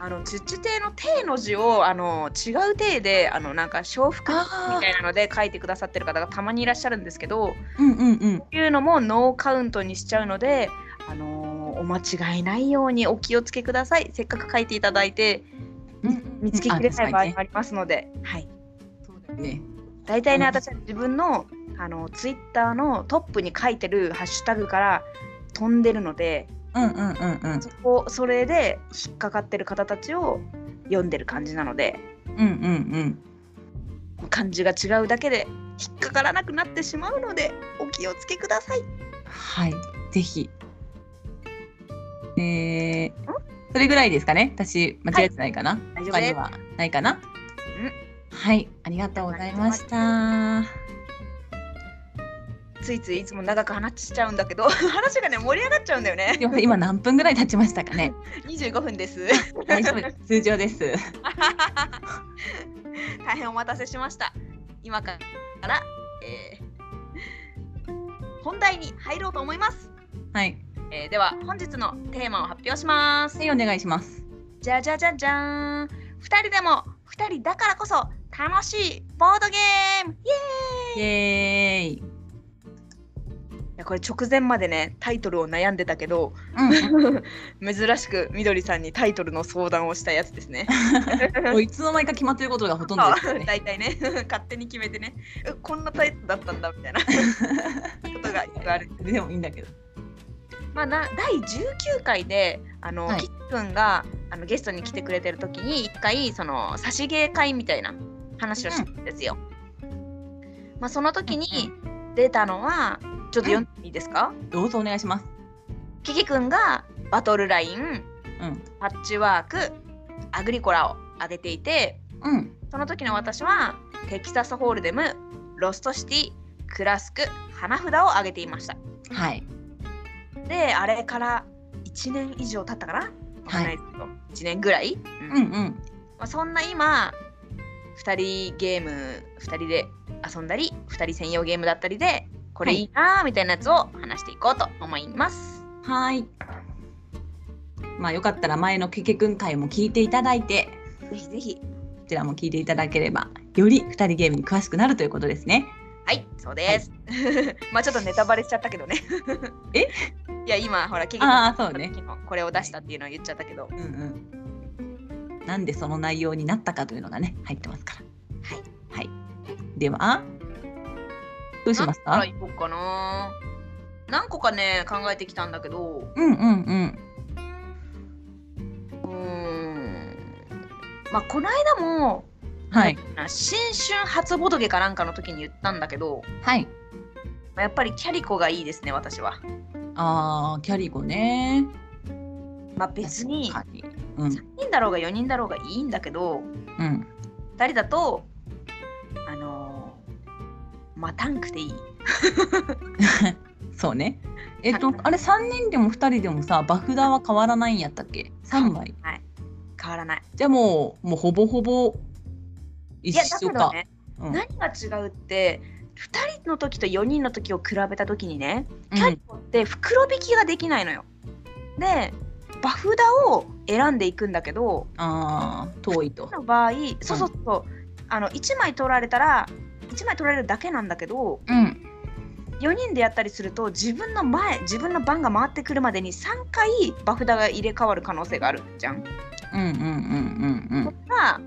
Speaker 1: あのチュッチュ亭の亭の字をあの違う亭であのなんか小福み
Speaker 2: あ
Speaker 1: たいなので書いてくださってる方がたまにいらっしゃるんですけど、
Speaker 2: ーうんうんうん
Speaker 1: いうのもノーカウントにしちゃうので、あのーお間違いないようにお気をつけください。せっかく書いていただいて
Speaker 2: うん
Speaker 1: 見つけきれない場合
Speaker 2: あ確
Speaker 1: もありますので、はい。
Speaker 2: かにねね
Speaker 1: 大体ね、
Speaker 2: うん
Speaker 1: 私は自分のあのツイッターのトップに書いてるハッシュタグから飛んでるので、
Speaker 2: うんうんうんうん
Speaker 1: そこそれで引っかかってる方たちを読んでる感じなので
Speaker 2: うんうん
Speaker 1: 漢字が違うだけで引っかからなくなってしまうのでお気をつけください。
Speaker 2: うんはいぜひえー、それぐらいですかね私間違えてないかな、
Speaker 1: 大丈夫
Speaker 2: 他
Speaker 1: で
Speaker 2: に
Speaker 1: す。
Speaker 2: はないかなはいありがとうございました
Speaker 1: ついついいつも長く話しちゃうんだけど 話がね盛り上がっちゃうんだよね。
Speaker 2: すいません今何分ぐらい経ちましたかね
Speaker 1: 25分です。
Speaker 2: 大丈夫です通常です
Speaker 1: 大変お待たせしました。今から、えー本題に入ろうと思います。
Speaker 2: はい
Speaker 1: えーでは本日のテーマを発表します。
Speaker 2: はいお願いします
Speaker 1: じゃじゃじゃじゃーん。二人でも二人だからこそ楽しいボードゲーム。イエ
Speaker 2: イエーイ
Speaker 1: ーイ。これ直前までねタイトルを悩んでたけ ど
Speaker 2: う
Speaker 1: 珍しくみどりさんにタイトルの相談をしたやつですね。
Speaker 2: ん、もういつの間にか決まってることがほ とんどですよ ね。
Speaker 1: 大体ね勝手に決めてねえこんなタイトルだったんだみ たいなことがよくある。
Speaker 2: でもいいんだけど。
Speaker 1: まあ、な第19回であの、
Speaker 2: はい
Speaker 1: きっくんがあのゲストに来てくれてる時に一回その差し芸会みたいな話をしたんですよ。まあ、その時に出たのはちょっと読んでいいですか、
Speaker 2: どうぞお願いします。
Speaker 1: キキくんがバトルライン
Speaker 2: うん。
Speaker 1: パッチワークアグリコラを挙げていて
Speaker 2: うん。
Speaker 1: その時の私はテキサスホールデムロストシティクラスク花札を挙げていました。
Speaker 2: はい。
Speaker 1: であれから1年以上経ったかな、わかんないですけど1年ぐらい、うん
Speaker 2: うんうん。
Speaker 1: まあ、そんな今2人ゲーム2人で遊んだり2人専用ゲームだったりでこれ
Speaker 2: はい
Speaker 1: いいなーみたいなやつを話していこうと思います。
Speaker 2: はーい。まあよかったら前のけけくん会も聞いていただいて、
Speaker 1: ぜひぜひ
Speaker 2: こちらも聞いていただければ、より二人ゲームに詳しくなるということですね。
Speaker 1: はいそうです。 まあちょっとネタバレしちゃったけどね。
Speaker 2: え
Speaker 1: いや今ほらケーキ
Speaker 2: ああ、そうね。
Speaker 1: のこれを出したっていうのを言っちゃったけど
Speaker 2: うんうん。なんでその内容になったかというのがね、入ってますから。
Speaker 1: はい。
Speaker 2: はい。では、どうします
Speaker 1: なんら
Speaker 2: か
Speaker 1: 行こうかな何個かね考えてきたんだけど
Speaker 2: うんうんうん。
Speaker 1: うーんまあこの間も
Speaker 2: はい。
Speaker 1: あ新春初ボドゲかなんかの時に言ったんだけど
Speaker 2: はい。
Speaker 1: まあやっぱりキャリコがいいですね私は。
Speaker 2: ああ、キャリコね。
Speaker 1: まあ別に
Speaker 2: 確かうん
Speaker 1: 3人だろうが4人だろうがいいんだけど
Speaker 2: うん。
Speaker 1: 2人だとあのー待たんくていい。
Speaker 2: そうね。えっ
Speaker 1: は
Speaker 2: と
Speaker 1: い、
Speaker 2: あれ3人でも2人でもさ、バフ札は変わらないんやったっけ ?3 枚。
Speaker 1: 変わらない。
Speaker 2: じゃあもう、もうほぼほぼ一
Speaker 1: いやだけ
Speaker 2: 緒
Speaker 1: ど
Speaker 2: か。
Speaker 1: ね、
Speaker 2: うん
Speaker 1: 何が違うって2人の時と4人の時を比べた時にね
Speaker 2: うん
Speaker 1: キャリコって袋引きができないのよ。でバフ札を選んでいくんだけど
Speaker 2: ああ、遠いと。
Speaker 1: の場合そうそうそう、あの1枚取られたら1枚取られるだけなんだけど
Speaker 2: うん。
Speaker 1: 4人でやったりすると自分の前自分の番が回ってくるまでに3回バフ札が入れ替わる可能性があるじゃん。
Speaker 2: うんうんうんうん
Speaker 1: これが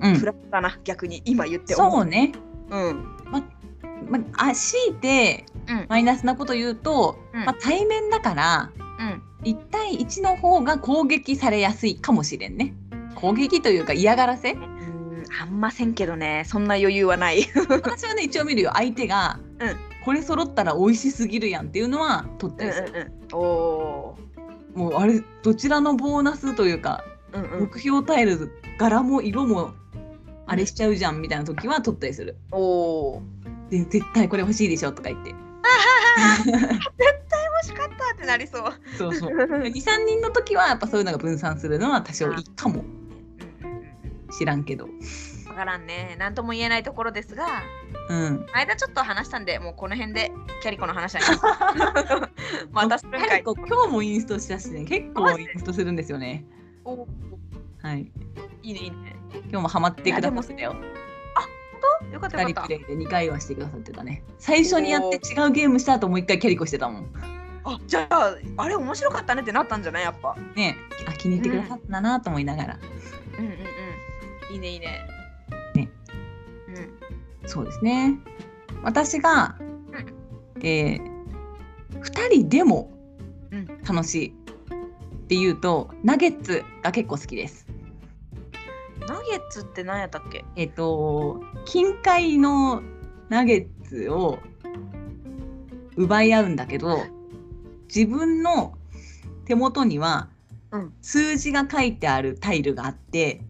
Speaker 2: うん。う
Speaker 1: プ
Speaker 2: ん、
Speaker 1: ラスだな、逆に今言って思。
Speaker 2: そううね。
Speaker 1: うん
Speaker 2: まあ、強いて
Speaker 1: うん
Speaker 2: マイナスなこと言うと、
Speaker 1: うん
Speaker 2: まあ、対面だから、1対1の方が攻撃されやすいかもしれんね。攻撃というか嫌がらせ
Speaker 1: うん、うんあんませんけどねそんな余裕は ない
Speaker 2: 私はね一応見るよ相手が、
Speaker 1: うん
Speaker 2: これ揃ったら美味しすぎるやんっていうのは取っ
Speaker 1: う
Speaker 2: た
Speaker 1: んう
Speaker 2: りする、
Speaker 1: んうんおー
Speaker 2: もうあれどちらのボーナスというか、
Speaker 1: うんうん
Speaker 2: 目標タイル柄も色もあれしちゃうじゃんみたいな時は取ったりする
Speaker 1: おー
Speaker 2: で絶対これ欲しいでしょとか言って
Speaker 1: 欲しかったってなり そう、
Speaker 2: そうそううん
Speaker 1: うんうん
Speaker 2: 23人の時はやっぱそういうのが分散するのは多少いいかも
Speaker 1: うん
Speaker 2: 知らんけど
Speaker 1: わからんね何とも言えないところですが
Speaker 2: うん
Speaker 1: 間ちょっと話したんでもうこの辺でキャリコの話は やめますまたするんかい
Speaker 2: 結構今日もインストしたしね結構インストするんですよね
Speaker 1: おー
Speaker 2: はい
Speaker 1: いいねいいね
Speaker 2: 今日もハマってくださってたよ
Speaker 1: よかったよ
Speaker 2: 二人
Speaker 1: かっ
Speaker 2: プ
Speaker 1: た
Speaker 2: レイで2回はしてくださってたね最初にやって違うゲームした後もう1回キャリコしてたもん
Speaker 1: あじゃああれ面白かったねってなったんじゃないやっぱ
Speaker 2: ねえあ気に入ってくださったなと思いながら、
Speaker 1: うんうんうんいいねいいね
Speaker 2: ね
Speaker 1: うん
Speaker 2: そうですね私が、
Speaker 1: う
Speaker 2: えー、2人でも楽しいっていうとナゲッツが結構好きです。
Speaker 1: ナゲッツって何やったっけ
Speaker 2: えっと近海のナゲッツを奪い合うんだけど自分の手元には
Speaker 1: うん
Speaker 2: 数字が書いてあるタイルがあって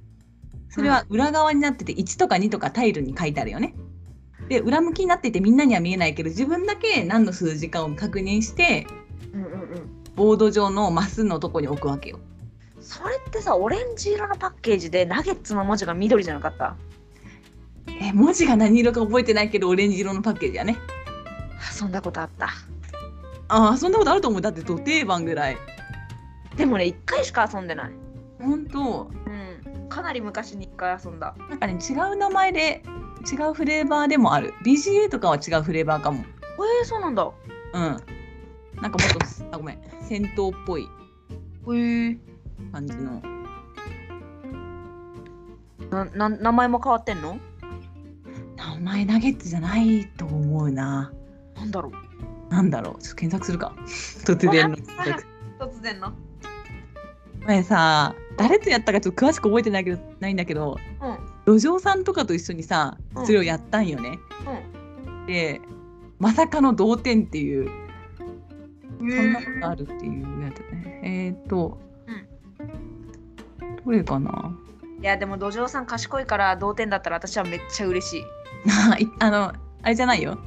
Speaker 2: それは裏側になってて1とか2とかタイルに書いてあるよね。で裏向きになっててみんなには見えないけど自分だけ何の数字かを確認して
Speaker 1: うんうんうん。
Speaker 2: ボード上のマスのとこに置くわけよ。
Speaker 1: それってさ、オレンジ色のパッケージでナゲッツの文字が緑じゃなかった
Speaker 2: え文字が何色か覚えてないけどオレンジ色のパッケージやね。
Speaker 1: 遊んだことあった。
Speaker 2: ああそんなことあると思うだって土定番ぐらい
Speaker 1: でもね、1回しか遊んでない。
Speaker 2: 本当
Speaker 1: うん。かなり昔に1回遊んだ。
Speaker 2: なんかね違う名前で違うフレーバーでもある BGA とかは違うフレーバーかも
Speaker 1: えー、そうなんだ。
Speaker 2: うんなんかもっとあごめん戦闘っぽい
Speaker 1: へえ。
Speaker 2: 感じの
Speaker 1: な、な、名前も変わってんの
Speaker 2: 名前ナゲッツじゃないと思うな
Speaker 1: なんだろう
Speaker 2: なんだろうちょっと検索するか 突然の検索
Speaker 1: 突然の。
Speaker 2: 前さ誰とやったかちょっと詳しく覚えてないけどないんだけど
Speaker 1: うん。うん。
Speaker 2: 路上さんとかと一緒にさ
Speaker 1: うん
Speaker 2: それをやったんよね、でまさかの同点っていうそんなことあるっていうやつね。えーっ、と、どれかな
Speaker 1: いやでも土壌さん賢いから同点だったら私はめっちゃ嬉しい。
Speaker 2: いあの、あれじゃないよ。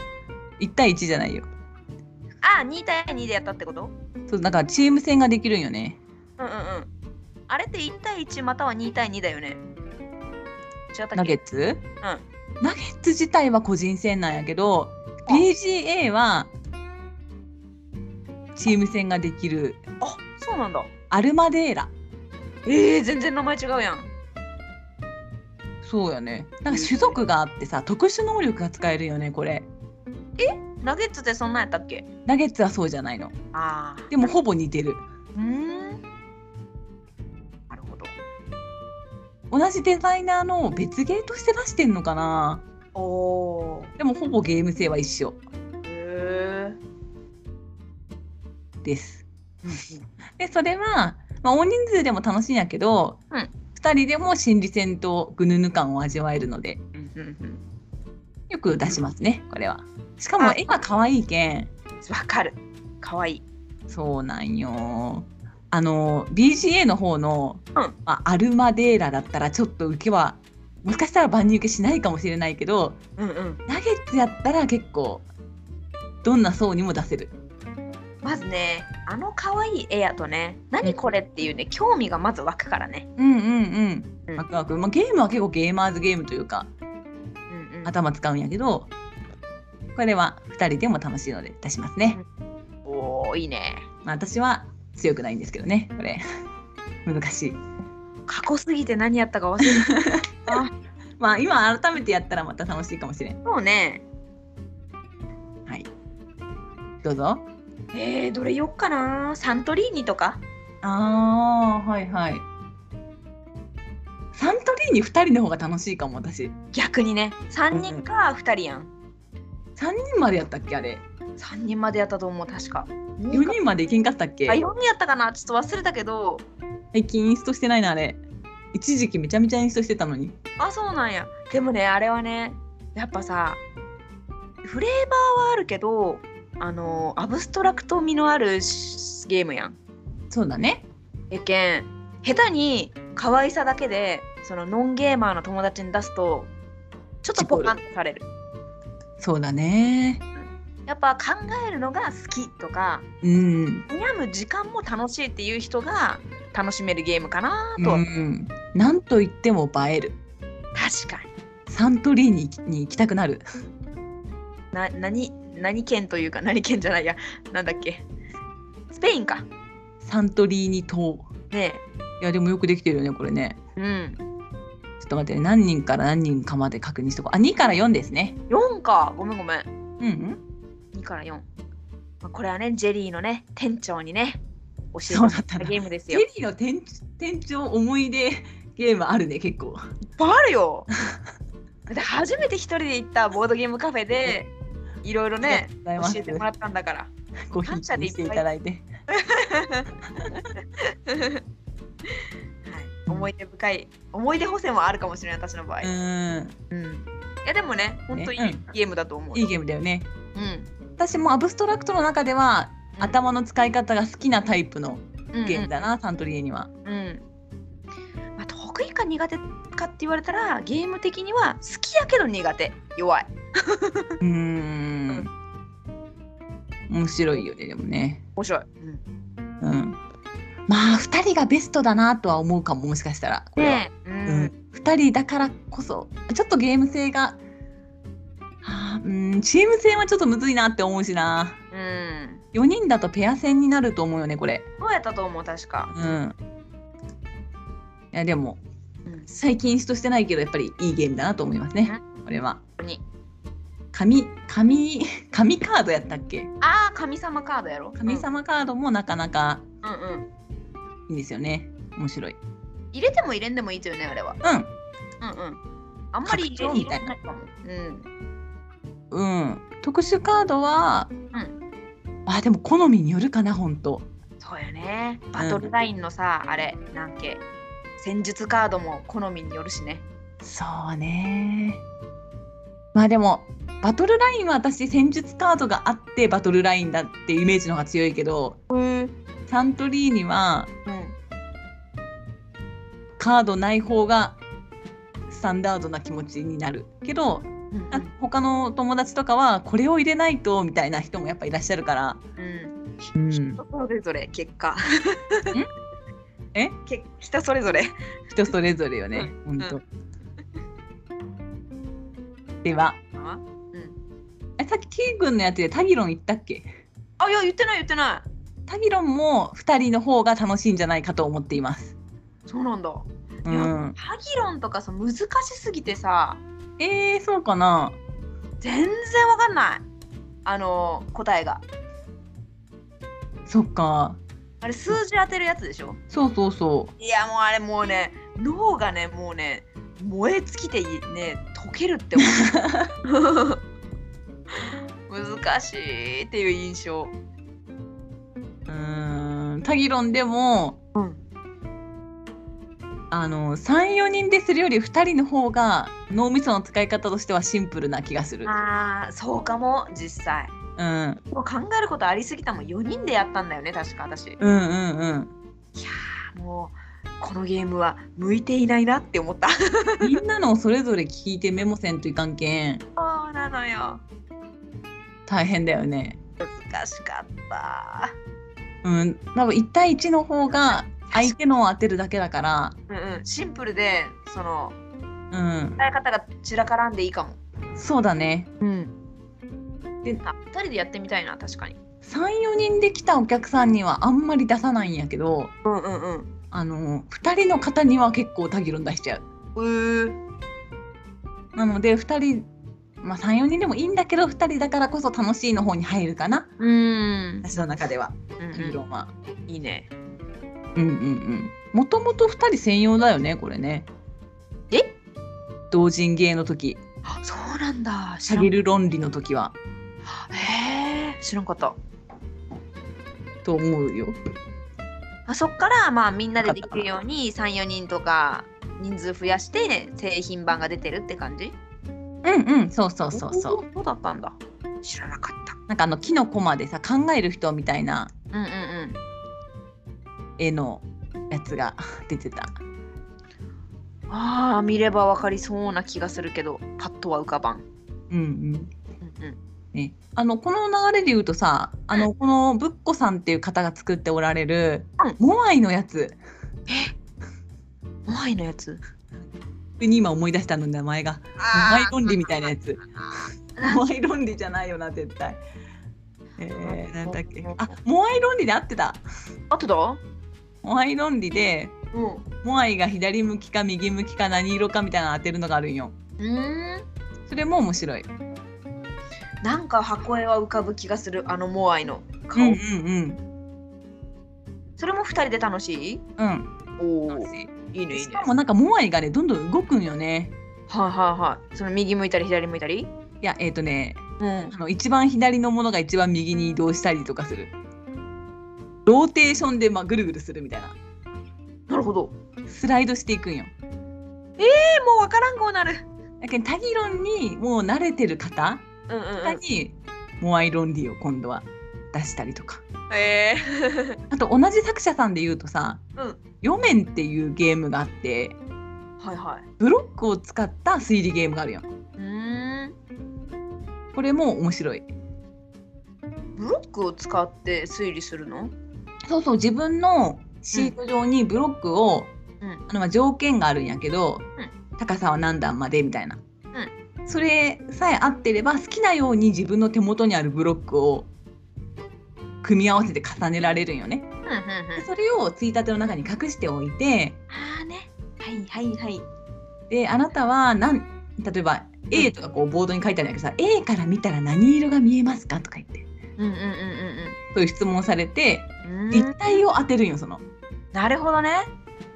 Speaker 2: 1対1じゃないよ。
Speaker 1: ああ2対2でやったってこと
Speaker 2: そう、だからチーム戦ができるんよね。
Speaker 1: うんうんうん。あれって1対1または2対2だよね。違った
Speaker 2: ナ
Speaker 1: っ
Speaker 2: ゲ
Speaker 1: け
Speaker 2: ッツナゲッツ自体は個人戦なんやけど、
Speaker 1: あ
Speaker 2: BGA はチーム戦ができる
Speaker 1: あそうなんだ。
Speaker 2: アルマデーラ。
Speaker 1: えー、全然名前違うやん。
Speaker 2: そうよね。なんか種族があってさ、特殊能力が使えるよね、これ。
Speaker 1: ナゲッツってそんなんやったっけ
Speaker 2: ナゲッツはそうじゃないの。
Speaker 1: ああ。
Speaker 2: でもほぼ似てる。
Speaker 1: うーん。なるほど。
Speaker 2: 同じデザイナーの別ゲーとして出してんのかな
Speaker 1: おー。
Speaker 2: でもほぼゲーム性は一緒
Speaker 1: へ
Speaker 2: です。
Speaker 1: ー。
Speaker 2: でそれは、まあ、大人数でも楽しいんやけど、
Speaker 1: うん
Speaker 2: 2人でも心理戦とぐぬぬ感を味わえるので
Speaker 1: うんうんうん
Speaker 2: よく出しますねこれは。しかも
Speaker 1: あ
Speaker 2: 絵が可愛いけん
Speaker 1: わかる。かわいい。
Speaker 2: そうなんよ。あの BGA の方の、
Speaker 1: ん
Speaker 2: まあ、アルマデーラだったらちょっと受けはもしかしたら万人受けしないかもしれないけど
Speaker 1: うんうん。
Speaker 2: ナゲッツやったら結構どんな層にも出せる。
Speaker 1: まずね、あの可愛い絵やとね、何これっていうね、興味がまず湧くからね。
Speaker 2: うんうん
Speaker 1: う
Speaker 2: うん。
Speaker 1: ん
Speaker 2: ワクワク。まあ、ゲームは結構ゲーマーズゲームというか
Speaker 1: うんうん、
Speaker 2: 頭使うんやけど、これは2人でも楽しいので出しますね。
Speaker 1: おーいいね。
Speaker 2: まあ、私は強くないんですけどね、これ。 難しい。
Speaker 1: 過去すぎて何やったか忘れた。
Speaker 2: まあ今改めてやったらまた楽しいかもしれん。
Speaker 1: そう ね。
Speaker 2: はい。どうぞ。
Speaker 1: えー、どれよっかなサントリーニとか
Speaker 2: ああ、はいはい。サントリーに2人の方が楽しいかも、私。
Speaker 1: 逆にね。3人か2人やん。
Speaker 2: 3人までやったっけ、あれ。
Speaker 1: 3人までやったと思う、確か。
Speaker 2: 4人までいけんかったっけ
Speaker 1: あ、4人やったかなちょっと忘れたけど。
Speaker 2: 最近インストしてないな、あれ。一時期めちゃめちゃインストしてたのに。
Speaker 1: あ、そうなんや。でもね、あれはね、やっぱさ、フレーバーはあるけど、あの、アブストラクト味のあるしゲームやん。
Speaker 2: そうだね。
Speaker 1: えけん下手に可愛さだけでそのノンゲーマーの友達に出すとちょっとポカンとされる
Speaker 2: そうだね。
Speaker 1: やっぱ考えるのが好きとか
Speaker 2: うん。
Speaker 1: 悩む時間も楽しいっていう人が楽しめるゲームかなと、
Speaker 2: うん。なんと言っても映える。
Speaker 1: 確かに
Speaker 2: サントリーにに行きたくなる。
Speaker 1: な何何県というか何県じゃないやなんだっけスペインか
Speaker 2: サントリーに島。
Speaker 1: ね
Speaker 2: いやでもよくできてるよねこれね。
Speaker 1: えうん
Speaker 2: ちょっと待ってね何人から何人かまで確認しとこう。あ2から4ですね。
Speaker 1: 4かごめんごめん
Speaker 2: うん、うん。
Speaker 1: 2から4、まあ、これはねジェリーのね店長にね教
Speaker 2: そう
Speaker 1: え
Speaker 2: だってた
Speaker 1: もらっ
Speaker 2: んだ
Speaker 1: たゲームです
Speaker 2: ジ
Speaker 1: よ
Speaker 2: ェ
Speaker 1: いっ
Speaker 2: リーの店店長思い出ゲームあるね結構。
Speaker 1: ぱいあるよで初めて一人で行ったボードゲームカフェでいろいろね
Speaker 2: ありがとうございます
Speaker 1: 教えてもらったんだから
Speaker 2: ごひいきにしていただいて。
Speaker 1: い、思い出深い思い出補正もあるかもしれない私の場合、
Speaker 2: うん
Speaker 1: うんいやでもね本当いい
Speaker 2: うん
Speaker 1: ゲームだと思う
Speaker 2: いいゲームだよね
Speaker 1: うん
Speaker 2: 私もアブストラクトの中では頭の使い方が好きなタイプのゲームだな、サントリーには
Speaker 1: うん、うんまあ、得意か苦手かって言われたらゲーム的には好きやけど苦手弱いう
Speaker 2: ーん面白いよねでもね
Speaker 1: 面白い、うん、
Speaker 2: うんまあ2人がベストだなとは思うかももしかしたらこれは、
Speaker 1: ねえ、う
Speaker 2: うんん、2人だからこそちょっとゲーム性がはあうんチーム戦はちょっとむずいなって思うしな
Speaker 1: うん、
Speaker 2: 4人だとペア戦になると思うよねこれ
Speaker 1: そうやったと思う確か、
Speaker 2: うんいやでも
Speaker 1: うん、
Speaker 2: 最近しとしてないけどやっぱりいいゲームだなと思いますねこれは
Speaker 1: 当に
Speaker 2: 紙紙紙カードやったっけ
Speaker 1: ああ神様カードやろ
Speaker 2: 神様カードもなかなか
Speaker 1: うんうんうん
Speaker 2: いいんですよね面白い
Speaker 1: 入れても入れんでもいいとよねあれは
Speaker 2: うん
Speaker 1: うんうんあんまり入れ
Speaker 2: 拡張みたいな
Speaker 1: 入れかもうん
Speaker 2: うん特殊カードは、
Speaker 1: ん
Speaker 2: あでも好みによるかな本当
Speaker 1: そうよねバトルラインのさ、あれなんけ戦術カードも好みによるしね
Speaker 2: そうねまあでもバトルラインは私戦術カードがあってバトルラインだってイメージの方が強いけどサントリーには
Speaker 1: うん
Speaker 2: カードない方がスタンダードな気持ちになるけど
Speaker 1: うん
Speaker 2: あ他の友達とかはこれを入れないとみたいな人もやっぱいらっしゃるから、
Speaker 1: うん
Speaker 2: うん、
Speaker 1: それぞれ結果
Speaker 2: え
Speaker 1: け人それぞれ
Speaker 2: 人それぞれよね
Speaker 1: ん
Speaker 2: 本当。 では
Speaker 1: あ
Speaker 2: えさっきキー君のやつでタギロン言ったっけ
Speaker 1: いや言ってない言ってない
Speaker 2: タギロンも2人の方が楽しいんじゃないかと思っています。
Speaker 1: そうなんだ
Speaker 2: う
Speaker 1: いや
Speaker 2: ん、
Speaker 1: ハギロンとかさ難しすぎてさ
Speaker 2: えー、そうかな
Speaker 1: 全然わかんないあの答えが
Speaker 2: そっか
Speaker 1: あれ数字当てるやつでしょ
Speaker 2: そうそうそ
Speaker 1: いやもうあれもうね脳がねもうね燃え尽きていね溶けるって思う 難しいっていう印象
Speaker 2: ううーんタギロンでも、
Speaker 1: うん
Speaker 2: あの34人でするより2人の方が脳みその使い方としてはシンプルな気がする。
Speaker 1: あーそうかも実際
Speaker 2: うん、うん
Speaker 1: もう考えることありすぎたもん4人でやったんだよね確か私いや
Speaker 2: うんうん
Speaker 1: ーもうこのゲームは向いていないなって思った
Speaker 2: みんなのそれぞれ聞いてメモせんといかんけん
Speaker 1: そうなのよ
Speaker 2: 大変だよね。
Speaker 1: 難しかった
Speaker 2: うん、多分1対1の方が相手のを当てるだけだから、
Speaker 1: うんうんシンプルでその
Speaker 2: うん、
Speaker 1: 伝え方が散らからんでいいかも
Speaker 2: そうだね
Speaker 1: うん
Speaker 2: で
Speaker 1: あ2人でやってみたいな確かに
Speaker 2: 34人で来たお客さんにはあんまり出さないんやけど
Speaker 1: うんうんうん。
Speaker 2: あの2人の方には結構タギロン出しちゃう
Speaker 1: うー
Speaker 2: なので2人、まあ、34人でもいいんだけど2人だからこそ楽しいの方に入るかな
Speaker 1: うーん。
Speaker 2: 私の中では
Speaker 1: うん
Speaker 2: タギロンは
Speaker 1: うん、いいね。
Speaker 2: うんうんうんもともと2人専用だよねこれね
Speaker 1: え
Speaker 2: 同人芸の時
Speaker 1: あそうなんだ。
Speaker 2: タギル論理の時は
Speaker 1: へえ。知らんかった。
Speaker 2: と思うよ
Speaker 1: あそっからまあみんなでできるように三四人とか人数増やして、製品版が出てるって感じ。
Speaker 2: うんうんそうそうそうそう
Speaker 1: う。そうだったんだ。知らなかった。
Speaker 2: なんかあの木のコマでさ考える人みたいな
Speaker 1: うんうんうん。
Speaker 2: 絵のやつが 出てた
Speaker 1: ああ見ればわかりそうな気がするけど、パッとは浮かばん。
Speaker 2: うんうん
Speaker 1: うんうん。
Speaker 2: ね、あのこの流れで言うとさあのこのぶっこさんっていう方が作っておられる、モアイのやつ
Speaker 1: 前のやつ。
Speaker 2: に今思い出したの名前がモアイ論理みたいなやつ
Speaker 1: あ
Speaker 2: モアイ論理じゃないよな絶対えー、なんだっけ
Speaker 1: あ
Speaker 2: あモアイ論理で合ってた
Speaker 1: あとだ。
Speaker 2: モアイ論理で
Speaker 1: うん。う
Speaker 2: モアイが左向きか右向きか何色かみたいなの当てるのがあるんよ
Speaker 1: ーん。
Speaker 2: それも面白い
Speaker 1: なんか箱絵は浮かぶ気がするあのモアイの
Speaker 2: う
Speaker 1: 顔、
Speaker 2: んうん
Speaker 1: それも二人で楽しい
Speaker 2: うんうん
Speaker 1: おお
Speaker 2: 楽
Speaker 1: い
Speaker 2: し
Speaker 1: いねい
Speaker 2: い
Speaker 1: い
Speaker 2: し
Speaker 1: ね
Speaker 2: か
Speaker 1: は
Speaker 2: もなんかモアイがねどんどん動くんよね
Speaker 1: いはいはいその右向いたり左向いたり
Speaker 2: いやえっ、とね
Speaker 1: うん
Speaker 2: あの一番左のものが一番右に移動したりとかするローテーションでまあぐるぐるするみたいな
Speaker 1: なるほど。
Speaker 2: スライドしていくんよ
Speaker 1: え、もうわからんこうなる。
Speaker 2: だけどタギロンにもう慣れてる方
Speaker 1: うんうん
Speaker 2: 方にモアイロンリーを今度は出したりとか
Speaker 1: え
Speaker 2: あと同じ作者さんで言うとさ
Speaker 1: ー、うん。
Speaker 2: 「ヨメン」っていうゲームがあって
Speaker 1: はいはい。
Speaker 2: ブロックを使った推理ゲームがあるよ
Speaker 1: うーん。
Speaker 2: これも面白い
Speaker 1: ブロックを使って推理するの？
Speaker 2: そうそう自分のシート上にブロックを、
Speaker 1: うん
Speaker 2: あのまあ条件があるんやけど、高さは何段までみたいな、それさえ合ってれば好きなように自分の手元にあるブロックを組み合わせて重ねられるんよね。
Speaker 1: うんうんうん。
Speaker 2: でそれをついたての中に隠しておいて
Speaker 1: ああね。はいはいはい。
Speaker 2: であなたは何例えば A とかこうボードに書いてあるんだけどさ、A から見たら何色が見えますかとか言って
Speaker 1: うんうんうん
Speaker 2: そういう質問をされて
Speaker 1: うんうん。
Speaker 2: 立体を当てるんよその。
Speaker 1: なるほどね。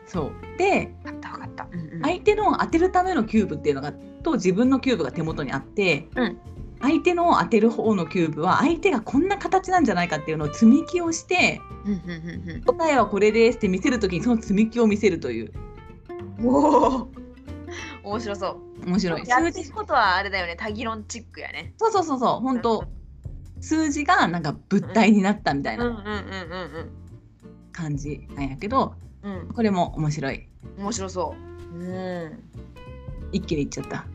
Speaker 2: そうで
Speaker 1: わかったわかった。うんうん。
Speaker 2: 相手のを当てるためのキューブっていうのがと自分のキューブが手元にあって、
Speaker 1: うん
Speaker 2: 相手のを当てる方のキューブは相手がこんな形なんじゃないかっていうのを積み木をして
Speaker 1: うんうんうんうん。
Speaker 2: 答えはこれですって見せる時にその積み木を見せるという
Speaker 1: おお面白そう
Speaker 2: 面白い
Speaker 1: や
Speaker 2: 数
Speaker 1: っ
Speaker 2: 字
Speaker 1: てることはあれだよね多議論チックやね
Speaker 2: そうそうそうそう本当数字がなんか物体になったみたい
Speaker 1: うんうん
Speaker 2: な
Speaker 1: うんうん
Speaker 2: 感じなんやけど
Speaker 1: うんうん
Speaker 2: これも面白い
Speaker 1: 面白そううん
Speaker 2: 一気にいっちゃった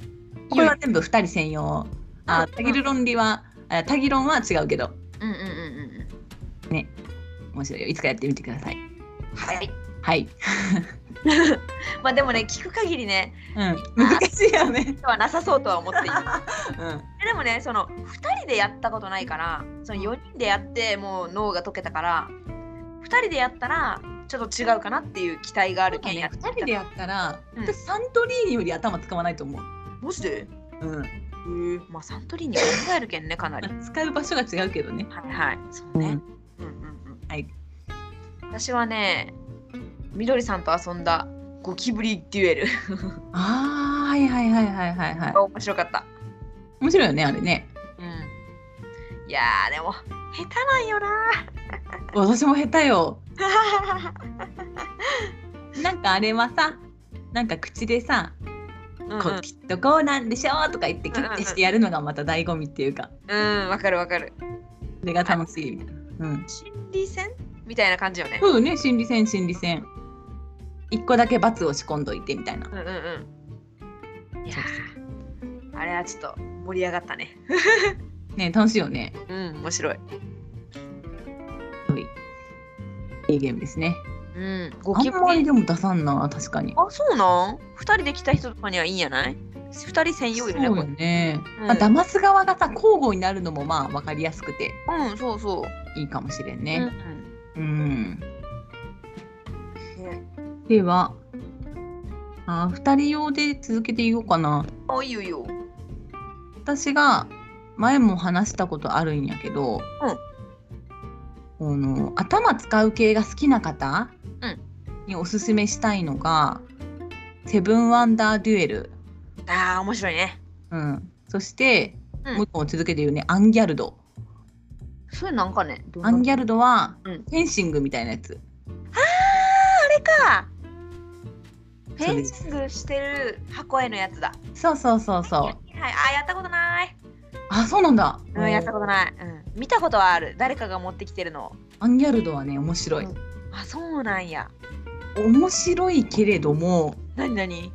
Speaker 2: これは全部2人専用あタギル論理はあタギ論は違うけど
Speaker 1: うんうんうんうん
Speaker 2: 面白いよいつかやってみてください
Speaker 1: はい
Speaker 2: はい
Speaker 1: まあでもね聞く限りね
Speaker 2: うん、難しいよね。
Speaker 1: ではなさそうとは思 っている
Speaker 2: うん、
Speaker 1: でもねその2人でやったことないからその4人でやってもう脳が解けたから2人でやったらちょっと違うかなっていう期待があるけんやってみた
Speaker 2: 2人でやったら、
Speaker 1: うん
Speaker 2: 私サントリーニより頭使わないと思う。
Speaker 1: マジで
Speaker 2: うん、
Speaker 1: えまあサントリーに考えるけんねかなり
Speaker 2: 使う場所が違うけどね。
Speaker 1: はいはいそうね、うんうんうん
Speaker 2: はい。
Speaker 1: 私はねみどりさんと遊んだゴキブリデュエル
Speaker 2: ああ、はいはいはいはいはいは い。
Speaker 1: 面白かった、
Speaker 2: 面白いよね、あれね。
Speaker 1: うん、いやーでも下手なんよな
Speaker 2: 私も下手よ。
Speaker 1: ー
Speaker 2: なんかあれはさ、なんか口でさ、
Speaker 1: うん
Speaker 2: こうきっとこうなんでしょうとか言って、キュッてしてやるのがまた醍醐味っていうか、
Speaker 1: うんうんわかるわかる
Speaker 2: それが楽しいみたいな。うん。
Speaker 1: 心理戦みたいな感じよね
Speaker 2: そうよね、心理戦、心理戦。一個だけ罰を仕込んどいてみたいな。
Speaker 1: うんうんうんいやーあれはちょっと盛り上がったね
Speaker 2: ね、楽しいよね。
Speaker 1: うん面白い
Speaker 2: いいゲームですね。
Speaker 1: うんゴ
Speaker 2: あ
Speaker 1: キ
Speaker 2: ん
Speaker 1: ブ
Speaker 2: まり
Speaker 1: リ
Speaker 2: でも出さんな、確かに。
Speaker 1: あそうなん2人で来た人とかにはいいんやない ?2 人専用よね
Speaker 2: そう
Speaker 1: こ
Speaker 2: よね。
Speaker 1: うん
Speaker 2: まあ、騙す側がさ、交互になるのもまあ分かりやすくて
Speaker 1: れうんそうそう
Speaker 2: いいかもしれん
Speaker 1: うんう
Speaker 2: ね。
Speaker 1: ん
Speaker 2: うん。
Speaker 1: ね
Speaker 2: では、あ2人用で続けていこうかな。
Speaker 1: あいいよいいよ
Speaker 2: 私が前も話したことあるんやけど、あの頭使う系が好きな方、
Speaker 1: うん
Speaker 2: におすすめしたいのが、セブンワンダーデュエル。
Speaker 1: あー面白いね
Speaker 2: うん、そして、
Speaker 1: うん
Speaker 2: もう一個続けて言うね、アンギャルド。
Speaker 1: それなんかねどん
Speaker 2: ア
Speaker 1: な
Speaker 2: ンギャルドは、
Speaker 1: うん
Speaker 2: フェンシングみたいなやつ。
Speaker 1: かフ
Speaker 2: そう
Speaker 1: ェ
Speaker 2: で
Speaker 1: ン
Speaker 2: す
Speaker 1: シングしてる箱絵のやつだ
Speaker 2: そうそうそうそう。
Speaker 1: はいはいあやったことない
Speaker 2: あ、そうなんだ。
Speaker 1: うんやったことない、うん、見たことはある誰かが持ってきてるのを
Speaker 2: アンギャルドはね、面白い。
Speaker 1: あそうなんや
Speaker 2: 面白いけれども、
Speaker 1: なになに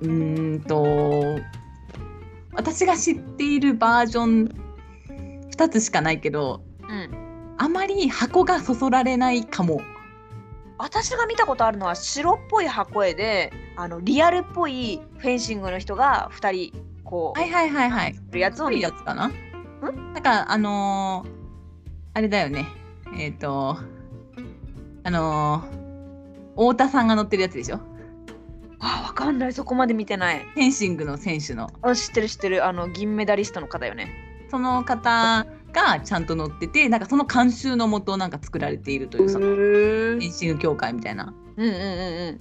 Speaker 2: うーんと、私が知っているバージョン2つしかないけど、
Speaker 1: うん
Speaker 2: あまり箱がそそられないかも。
Speaker 1: 私が見たことあるのは白っぽい箱絵であのリアルっぽいフェンシングの人が2人こう
Speaker 2: はいはいはいはい。
Speaker 1: るやつを
Speaker 2: そういう
Speaker 1: 見た
Speaker 2: やつかななんかあのーあれだよね。えっ、と、あのー太田さんが乗ってるやつでしょ
Speaker 1: あわかんないそこまで見てない
Speaker 2: フェンシングの選手の。
Speaker 1: あ知ってる知ってるあの銀メダリストの方よね
Speaker 2: その方がちゃんと乗っててなんかその監修のもとなんか作られているというその
Speaker 1: うん
Speaker 2: フェンシング協会みたいな
Speaker 1: うんうんう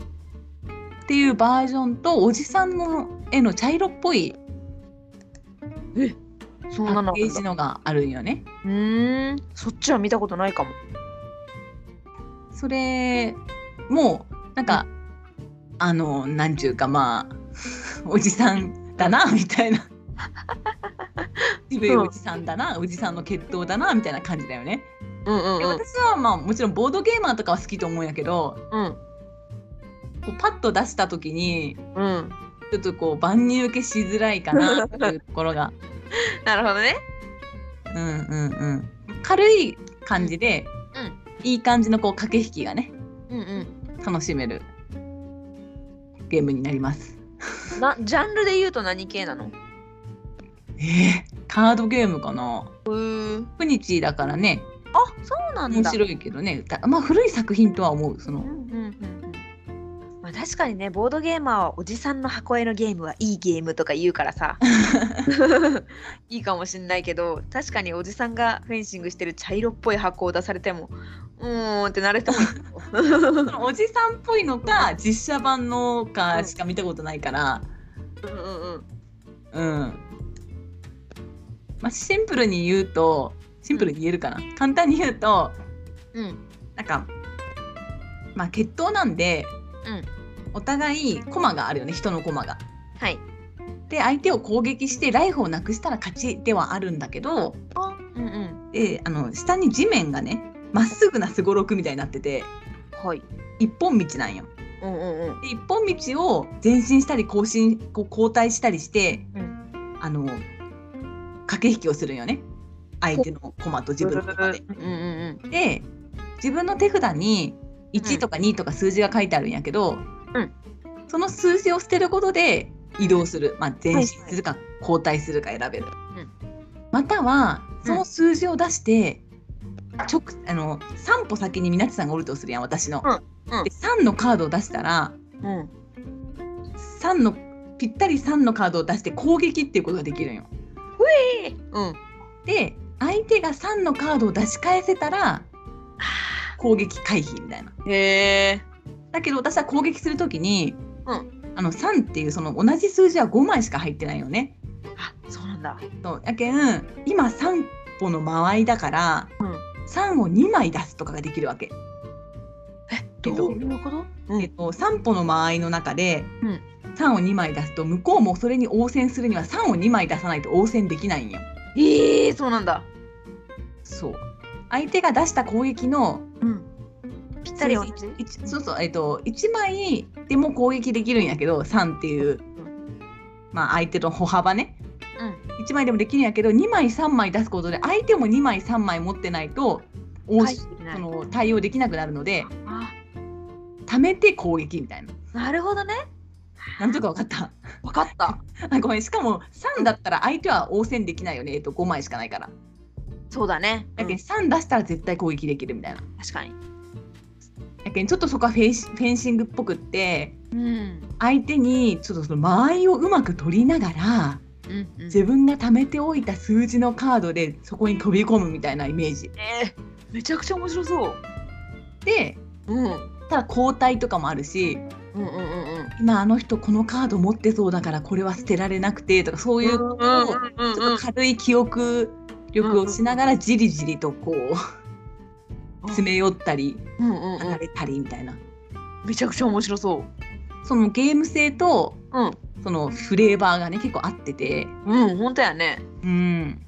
Speaker 1: ん
Speaker 2: っていうバージョンとおじさんの絵の茶色っぽい
Speaker 1: そ
Speaker 2: パ
Speaker 1: んなのあ
Speaker 2: ッケ
Speaker 1: るん
Speaker 2: ー
Speaker 1: だ
Speaker 2: ジのがあるんよね。
Speaker 1: うーんそっちは見たことないかも
Speaker 2: それもなんか、あのなんちゅうかまあ おじさんだなみたいな渋いおじさんだなおじさんの血統だなみたいな感じだよね。
Speaker 1: うんうん
Speaker 2: で私はまあもちろんボードゲーマーとかは好きと思うんやけど
Speaker 1: うん
Speaker 2: こうパッと出した時に
Speaker 1: うん
Speaker 2: ちょっとこう万人受けしづらいかなっていうところが
Speaker 1: なるほどね
Speaker 2: うんうんうん軽い感じで、
Speaker 1: うん
Speaker 2: いい感じのこう駆け引きがね
Speaker 1: うんうん
Speaker 2: 楽しめるゲームになります。
Speaker 1: なジャンルで言うと何系なの
Speaker 2: えー、カードゲームかな
Speaker 1: うん
Speaker 2: プニチーだからね
Speaker 1: あそうなんだ
Speaker 2: 面白いけどねだまあ古い作品とは思うその
Speaker 1: うんうんうんうんまあ、確かにねボードゲーマーはおじさんの箱絵のゲームはいいゲームとか言うから さいいかもしんないけど確かにおじさんがフェンシングしてる茶色っぽい箱を出されてもうーんってなる人もいるよ
Speaker 2: そのおじさんっぽいのか実写版のかしか見たことないから
Speaker 1: うんうんうん
Speaker 2: うんまあシンプルに言うとシンプルに言えるかな簡単に言うと
Speaker 1: うん
Speaker 2: なんかまあ決闘なんで、お互い駒があるよね人の駒が。
Speaker 1: はい
Speaker 2: で相手を攻撃してライフをなくしたら勝ちではあるんだけど
Speaker 1: うんうん
Speaker 2: であの下に地面がねまっすぐなすごろくみたいになってて
Speaker 1: はい
Speaker 2: 一本道なんよ。
Speaker 1: うんうんうん
Speaker 2: で一本道を前進したり後進こう交代したりして、
Speaker 1: うん
Speaker 2: あの駆け引きをするんよね相手の駒と自分の駒で。
Speaker 1: うんうん
Speaker 2: で自分の手札に1とか2とか数字が書いてあるんやけど、
Speaker 1: うん
Speaker 2: その数字を捨てることで移動する、まあ、前進するか後退するか選べる、
Speaker 1: うん
Speaker 2: または
Speaker 1: ん
Speaker 2: その数字を出して直あの3歩先にみなちさんがおるとするやん私の。
Speaker 1: うんうん
Speaker 2: で3のカードを出したら
Speaker 1: うんうん
Speaker 2: 3のぴったり3のカードを出して攻撃っていうことができるんよ。
Speaker 1: えーうん
Speaker 2: で相手が3のカードを出し返せたら
Speaker 1: あ
Speaker 2: 攻撃回避みたいな。
Speaker 1: ーへえ
Speaker 2: だけど私は攻撃するときに、
Speaker 1: うん
Speaker 2: あの3っていうその同じ数字は5枚しか入ってないよね。
Speaker 1: あそうなんだ
Speaker 2: そうやけん今3歩の間合いだから、
Speaker 1: うん
Speaker 2: 3を2枚出すとかができるわけ。
Speaker 1: どういうことうん
Speaker 2: えっと、3歩の間合いの中で、
Speaker 1: うん
Speaker 2: 3を2枚出すと向こうもそれに応戦するには3を2枚出さないと応戦できないんよ。
Speaker 1: ええそうなんだ
Speaker 2: そう相手が出した攻撃の
Speaker 1: うんぴったり同じ
Speaker 2: 一そうそう、えっと、1枚でも攻撃できるんやけど3っていう、まあ、相手の歩幅ね、
Speaker 1: う
Speaker 2: 1枚でもできるんやけど2枚3枚出すことで相手も2枚3枚持ってないと応
Speaker 1: はい
Speaker 2: し、その対応できなくなるので
Speaker 1: あ
Speaker 2: 貯めて攻撃みたいな。
Speaker 1: なるほどね
Speaker 2: なんとか分かっ
Speaker 1: わかった
Speaker 2: た あごめんしかも3だったら相手は応戦できないよね、えっと、5枚しかないから
Speaker 1: そうだね、
Speaker 2: やけ
Speaker 1: うんん
Speaker 2: 3出したら絶対攻撃できるみたいな
Speaker 1: 確かに
Speaker 2: やけんちょっとそこはフェイスフェンシングっぽくって
Speaker 1: うん
Speaker 2: 相手にちょっとその間合いをうまく取りながら
Speaker 1: うん、うん、
Speaker 2: 自分が貯めておいた数字のカードでそこに飛び込むみたいなイメージ
Speaker 1: えーめちゃくちゃ面白そう
Speaker 2: で
Speaker 1: うんうん
Speaker 2: ただ交代とかもあるし
Speaker 1: うんうんうん
Speaker 2: 今あの人このカード持ってそうだからこれは捨てられなくてとかそういうことをち
Speaker 1: うんうん
Speaker 2: ょっと軽い記憶力をしながらじりじりとこう詰め寄ったり
Speaker 1: うんうんうんう
Speaker 2: 離
Speaker 1: ん
Speaker 2: れたりみたいな
Speaker 1: めちゃくちゃ面白そう
Speaker 2: そのゲーム性と
Speaker 1: うん
Speaker 2: そのフレーバーがね結構合ってて
Speaker 1: うん本当やね
Speaker 2: うん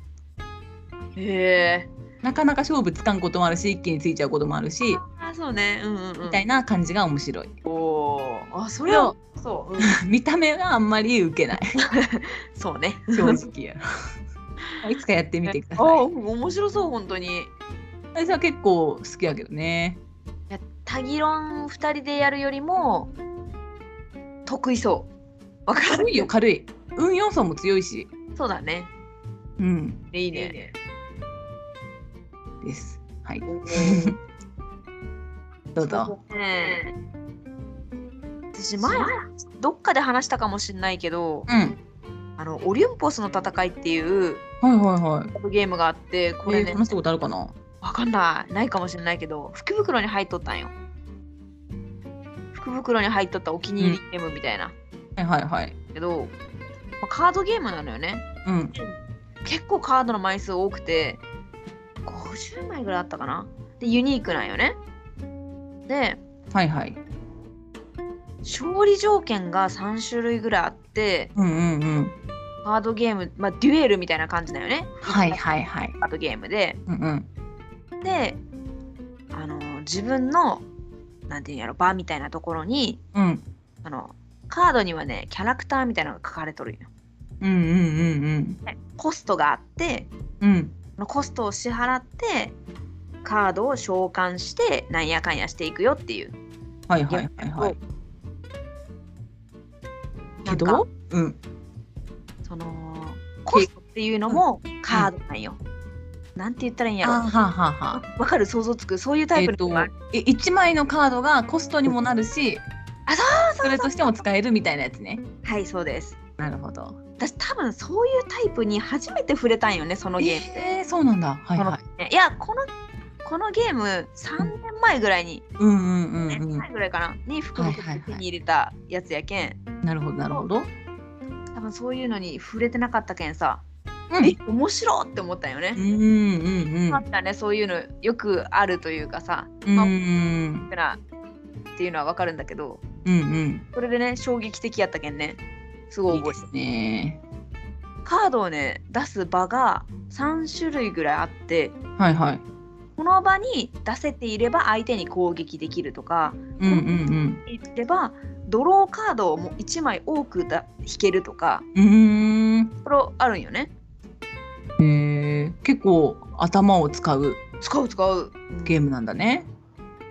Speaker 1: へえ
Speaker 2: なかなか勝負つかんこともあるし一気についちゃうこともあるし
Speaker 1: あそうねうんうんうん
Speaker 2: みたいな感じが面白い
Speaker 1: おーあそれはそう、うん、
Speaker 2: 見た目があんまり受けない
Speaker 1: そうね
Speaker 2: 正直やろ いつかやってみてくだ
Speaker 1: あ
Speaker 2: さい
Speaker 1: うん面白そう本当に
Speaker 2: 私は結構好きやけどね
Speaker 1: いやタギロン2人でやるよりも得意そうわかる
Speaker 2: 軽いよ軽い運要素も強いし
Speaker 1: そうだね
Speaker 2: うん
Speaker 1: いい
Speaker 2: いい
Speaker 1: ね
Speaker 2: ですはい
Speaker 1: うん
Speaker 2: どうぞ
Speaker 1: ね私前どっかで話したかもしれないけど
Speaker 2: うんはい
Speaker 1: あのオリンポスの戦いっていう
Speaker 2: はいはい
Speaker 1: ゲームがあってこ
Speaker 2: こ
Speaker 1: れ
Speaker 2: れ
Speaker 1: ね、
Speaker 2: 話したことあるかな
Speaker 1: わかんないないかもしれないけど福袋に入っとったんよ福袋に入っとったお気に入りゲームみたいな、
Speaker 2: はいはいはい
Speaker 1: けど、まあカードゲームなのよね
Speaker 2: うん
Speaker 1: 結構カードの枚数多くて50枚ぐらいあったかなでユニークなんよねで
Speaker 2: はいはい。
Speaker 1: 勝利条件が3種類ぐらいあって
Speaker 2: うんうんうん。
Speaker 1: カードゲーム、まあ、デュエルみたいな感じだよね
Speaker 2: はいはいはい。
Speaker 1: カードゲームで
Speaker 2: うんうん。
Speaker 1: であの自分のなんていうんやろ場みたいなところに
Speaker 2: うん。
Speaker 1: あのカードにはねキャラクターみたいなのが書かれとるんよ
Speaker 2: うんうんうん
Speaker 1: コストがあって
Speaker 2: うん。うん。
Speaker 1: そのコストを支払ってカードを召喚してなんやかんやしていくよっていう
Speaker 2: はいはいはいはい。
Speaker 1: な
Speaker 2: け
Speaker 1: んか
Speaker 2: ど、うん。
Speaker 1: そのコストっていうのもカードなんよ、なんて言ったらいいんや
Speaker 2: あは
Speaker 1: ろ
Speaker 2: あはあはあ。
Speaker 1: わかる想像つくそういうタ
Speaker 2: え
Speaker 1: イ
Speaker 2: っ
Speaker 1: プの
Speaker 2: と
Speaker 1: 人がある、
Speaker 2: え1枚のカードがコストにもなるし
Speaker 1: あそ
Speaker 2: それとしても使えるみたいなやつね
Speaker 1: はいそうです
Speaker 2: なるほど
Speaker 1: 私多分そういうタイプに初めて触れたんよねそのゲームで、
Speaker 2: えー、そうなんだはいはい
Speaker 1: ねいやこのこのゲーム3年前ぐらいに、
Speaker 2: うんうんうん
Speaker 1: 年前ぐらいかなに福袋
Speaker 2: はいはい
Speaker 1: 手
Speaker 2: はい
Speaker 1: に入れたやつやけん
Speaker 2: うんなるほどなるほど、
Speaker 1: 多分そういうのに触れてなかったけんさ、
Speaker 2: うん、
Speaker 1: え面白って思ったよね
Speaker 2: う、んうんうん
Speaker 1: あったねそういうのよくあるというかさ、
Speaker 2: うん
Speaker 1: ま
Speaker 2: う
Speaker 1: あ
Speaker 2: ん
Speaker 1: なっていうのはわかるんだけど
Speaker 2: うん
Speaker 1: それでね衝撃的やったけんねす
Speaker 2: う
Speaker 1: ご
Speaker 2: んい
Speaker 1: い
Speaker 2: いで
Speaker 1: 覚えて
Speaker 2: す
Speaker 1: る
Speaker 2: ね
Speaker 1: カードをね出す場が3種類ぐらいあって
Speaker 2: はいはい
Speaker 1: この場に出せていれば相手に攻撃できるとか
Speaker 2: うんうん
Speaker 1: 言ってればドローカードをもう1枚多くだ引けるとか
Speaker 2: うんう
Speaker 1: これあるんよね
Speaker 2: ーんえー、結構頭を使う
Speaker 1: 使う使う
Speaker 2: ゲームなんだね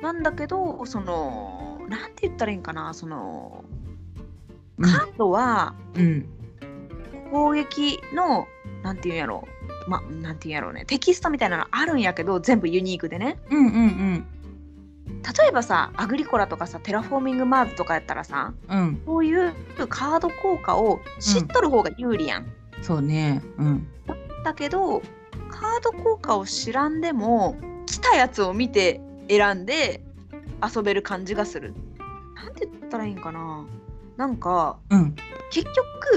Speaker 1: なんだけどそのなんて言ったらいいんかなその
Speaker 2: うん
Speaker 1: カードは
Speaker 2: うん
Speaker 1: 攻撃のなんて言うんやろまなんて言うんやろうねテキストみたいなのあるんやけど全部ユニークでね
Speaker 2: うんうん
Speaker 1: 例えばさアグリコラとかさテラフォーミングマーズとかやったらさ
Speaker 2: うんうん
Speaker 1: そういうカード効果を知っとる方が有利やん、
Speaker 2: そうねうん
Speaker 1: だけどカード効果を知らんでも来たやつを見て選んで遊べる感じがする。なんて言ったらいいんかななんか
Speaker 2: うん
Speaker 1: 結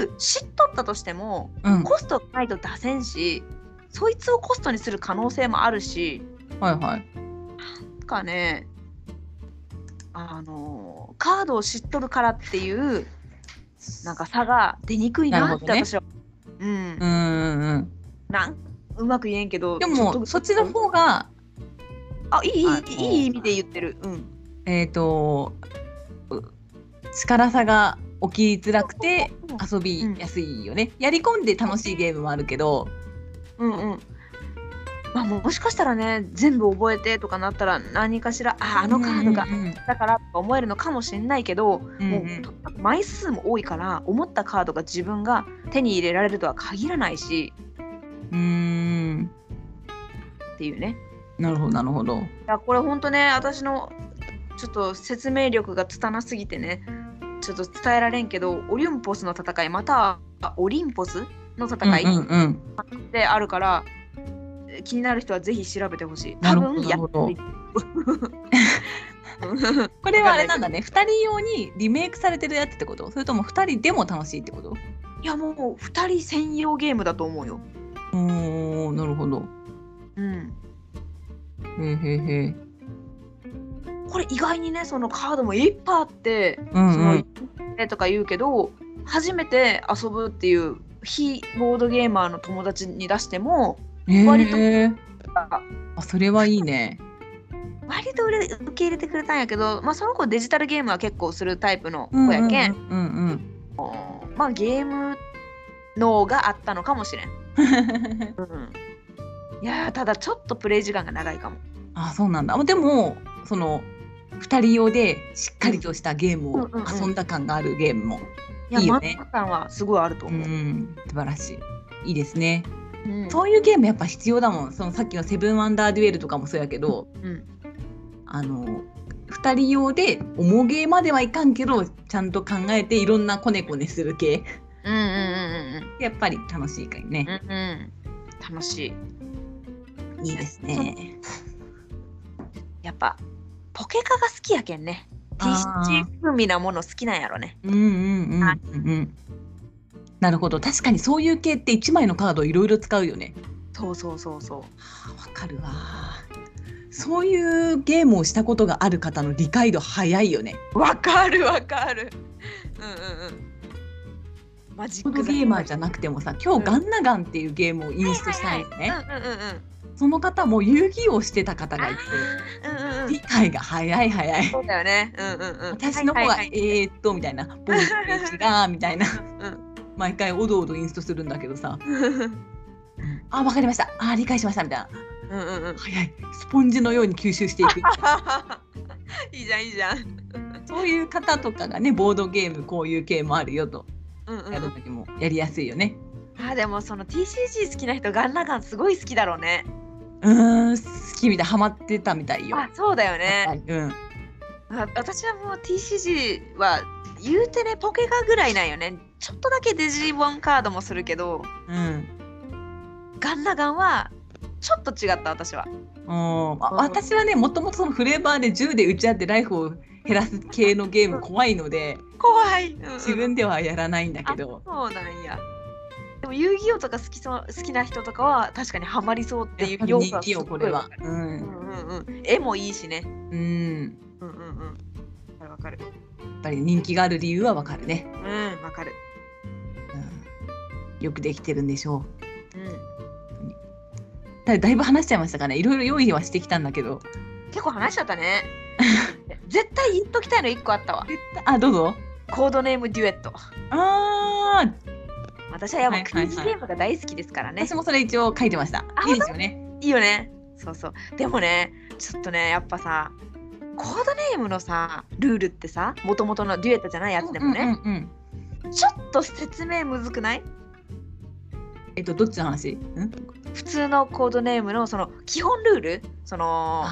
Speaker 1: 局知っとったとしても
Speaker 2: うん
Speaker 1: コストがないと出せんしそいつをコストにする可能性もあるし
Speaker 2: はいはい
Speaker 1: なんかねあのカードを知っとるからっていうなんか差が出にくいなって
Speaker 2: なるほどね
Speaker 1: 私は、うん
Speaker 2: う、んうんうん
Speaker 1: なんうまく言えんけど
Speaker 2: で
Speaker 1: ちょ
Speaker 2: も
Speaker 1: と
Speaker 2: そっちの方が、
Speaker 1: あいいい
Speaker 2: あ
Speaker 1: いいい意味で言ってる。うん。
Speaker 2: えー、とう力差が起きづらくて遊びやすいよね、やり込んで楽しいゲームもあるけど、
Speaker 1: うんうん。まあもうもしかしたらね全部覚えてとかなったら何かしらああのカードが
Speaker 2: うん
Speaker 1: だからとか思えるのかもしれないけど、
Speaker 2: うん
Speaker 1: もう
Speaker 2: うん
Speaker 1: とにかく枚数も多いから思ったカードが自分が手に入れられるとは限らないし
Speaker 2: うんうん
Speaker 1: っていうね。
Speaker 2: なるほどなるほど
Speaker 1: いやこれほんとね私のちょっと説明力が拙すぎてねちょっと伝えられんけどオリンポスの戦いまたはオリンポスの戦い、
Speaker 2: うんうんうん
Speaker 1: であるからえー気になる人はぜひ調べてほしい。
Speaker 2: な
Speaker 1: 多
Speaker 2: るほど
Speaker 1: 分やってるうん
Speaker 2: これはあれなんだね2人用にリメイクされてるやつってことそれとも2人でも楽しいってこと
Speaker 1: いやもう2人専用ゲームだと思うよ。
Speaker 2: おーなるほど
Speaker 1: うん、
Speaker 2: へーへーへー
Speaker 1: これ意外にねそのカードもいっぱいあって、
Speaker 2: うんうん
Speaker 1: そのえとか言うけど初めて遊ぶっていう非ボードゲーマーの友達に出しても割と
Speaker 2: へーあそれはいいね
Speaker 1: 割と受け受け入れてくれたんやけど、まあ、その子デジタルゲームは結構するタイプの子やけん、
Speaker 2: うんうんうんうん
Speaker 1: まあゲーム脳があったのかもしれん。
Speaker 2: うん
Speaker 1: いやーただちょっとプレイ時間が長いかも。
Speaker 2: あそうなんだあでもその2人用でしっかりとしたゲーム
Speaker 1: う
Speaker 2: を
Speaker 1: んうんうんうん
Speaker 2: 遊んだ感があるゲームも、
Speaker 1: いや、
Speaker 2: いいよ
Speaker 1: 満
Speaker 2: ね
Speaker 1: 足感はすごいあると
Speaker 2: う
Speaker 1: 思う。
Speaker 2: ん、素晴らしいいいですね、
Speaker 1: うん
Speaker 2: そういうゲームやっぱ必要だもんそのさっきの「セブンワンダーデュエル」とかもそうやけど、
Speaker 1: うん
Speaker 2: あの2人用で重ゲーまではいかんけどちゃんと考えていろんなコネコネする系
Speaker 1: うんうんうん
Speaker 2: やっぱり楽しいか
Speaker 1: う
Speaker 2: ら
Speaker 1: んうん
Speaker 2: ね、
Speaker 1: うんうん。楽しい。
Speaker 2: いいですね
Speaker 1: やっぱポケカが好きやけんね。ティ
Speaker 2: あ
Speaker 1: ッ
Speaker 2: ー
Speaker 1: シュ風味なもの好きなんやろね。
Speaker 2: うんうんうんうんうんなるほど確かにそういう系って1枚のカードをいろいろ使うよね
Speaker 1: そうそうそうそう。
Speaker 2: あーわかるわーそういうゲームをしたことがある方の理解度早いよね。
Speaker 1: わかるわかる。うんうんうん。マジッ
Speaker 2: こ
Speaker 1: ク
Speaker 2: のゲーマーじゃなくてもさ今日ガンナガンっていうゲームをインストしたんですね、
Speaker 1: はいはいはい
Speaker 2: その方も遊戯王してた方がいて
Speaker 1: うんうんうん。うんうんう
Speaker 2: 理
Speaker 1: ん。
Speaker 2: 解が早い早い
Speaker 1: そうだよね。うんうんうん。
Speaker 2: 私の方
Speaker 1: は
Speaker 2: が
Speaker 1: い
Speaker 2: え
Speaker 1: いい
Speaker 2: ーっとみたいなボールページがみたいな
Speaker 1: うん
Speaker 2: 毎回おどおどインストするんだけどさ
Speaker 1: うん
Speaker 2: あわかりましたあ理解しましたみたいな
Speaker 1: うんうん。
Speaker 2: 早いスポンジのように吸収していく
Speaker 1: いいじゃんいいじゃん。
Speaker 2: そういう方とかがねボードゲームこういう系もあるよと
Speaker 1: うんうんう
Speaker 2: やる
Speaker 1: ん。
Speaker 2: 時もやりやすいよね
Speaker 1: あでもその TCG 好きな人ガンナガンすごい好きだろうね。
Speaker 2: うーん好きみたいハマってたみたいよ
Speaker 1: あそうだよ
Speaker 2: や
Speaker 1: ね。
Speaker 2: っぱりうん
Speaker 1: あ私はもう TCG は言うてねポケカぐらいなんよね。ちょっとだけデジモンカードもするけど
Speaker 2: うん
Speaker 1: ガンナガンはちょっと違った私は。
Speaker 2: うんあ
Speaker 1: うん
Speaker 2: 私はねもともとそのフレーバーで銃で撃ち合ってライフを減らす系のゲーム怖いので
Speaker 1: 怖い。うんうん
Speaker 2: 自分ではやらないんだけど
Speaker 1: そうなんや。でも遊戯王とか好きそう好きな人とかは確かにハマりそうってい
Speaker 2: やっぱ
Speaker 1: う
Speaker 2: り
Speaker 1: 要素
Speaker 2: 人気よ
Speaker 1: すご
Speaker 2: こ
Speaker 1: い
Speaker 2: れはう、
Speaker 1: うんんうんうん。絵もいいしね。
Speaker 2: うん、
Speaker 1: うんうんうん。わかるわかる。
Speaker 2: やっぱり人気がある理由はわかるね、
Speaker 1: うんわかる。
Speaker 2: うん、よくできてるんでしょ
Speaker 1: うん。
Speaker 2: うだだいぶ話しちゃいましたかねいろいろ用意はしてきたんだけど
Speaker 1: 結構話しちゃった ね。絶対言っときたいの一個あったわ。
Speaker 2: あどうぞ
Speaker 1: コードネームデュエット。
Speaker 2: あー
Speaker 1: 私はやっぱ
Speaker 2: はい
Speaker 1: ク
Speaker 2: はいはい
Speaker 1: イズゲームが大好きですからね。い
Speaker 2: 私もそれ一応書いてました
Speaker 1: あ
Speaker 2: いいですよね
Speaker 1: いよね。そうそう。でもね、ちょっとね、やっぱさ、コードネームのさ、ルールってさ、もともとのデュエットじゃないやつでもね、
Speaker 2: うんうんうん
Speaker 1: ちょっと説明むずくない
Speaker 2: えっとどっちの話ん
Speaker 1: 普通のコードネームのその基本ルールその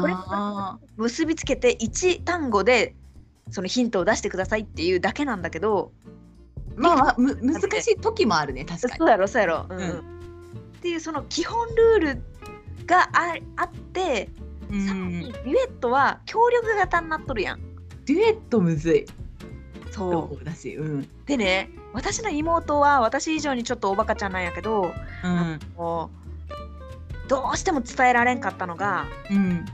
Speaker 1: これ
Speaker 2: あー
Speaker 1: 結びつけて1単語でそのヒントを出してくださいっていうだけなんだけど
Speaker 2: まあまあむ難しい時もあるね確かに
Speaker 1: そうやろそうやろ、うん
Speaker 2: う
Speaker 1: っていうその基本ルールがああって
Speaker 2: うん
Speaker 1: さらにデュエットは協力型になっとるやん。
Speaker 2: デュエットむずい
Speaker 1: そう
Speaker 2: だしうん
Speaker 1: でね私の妹は私以上にちょっとおバカちゃんなんやけど
Speaker 2: うん
Speaker 1: もうどうしても伝えられんかったのが
Speaker 2: うん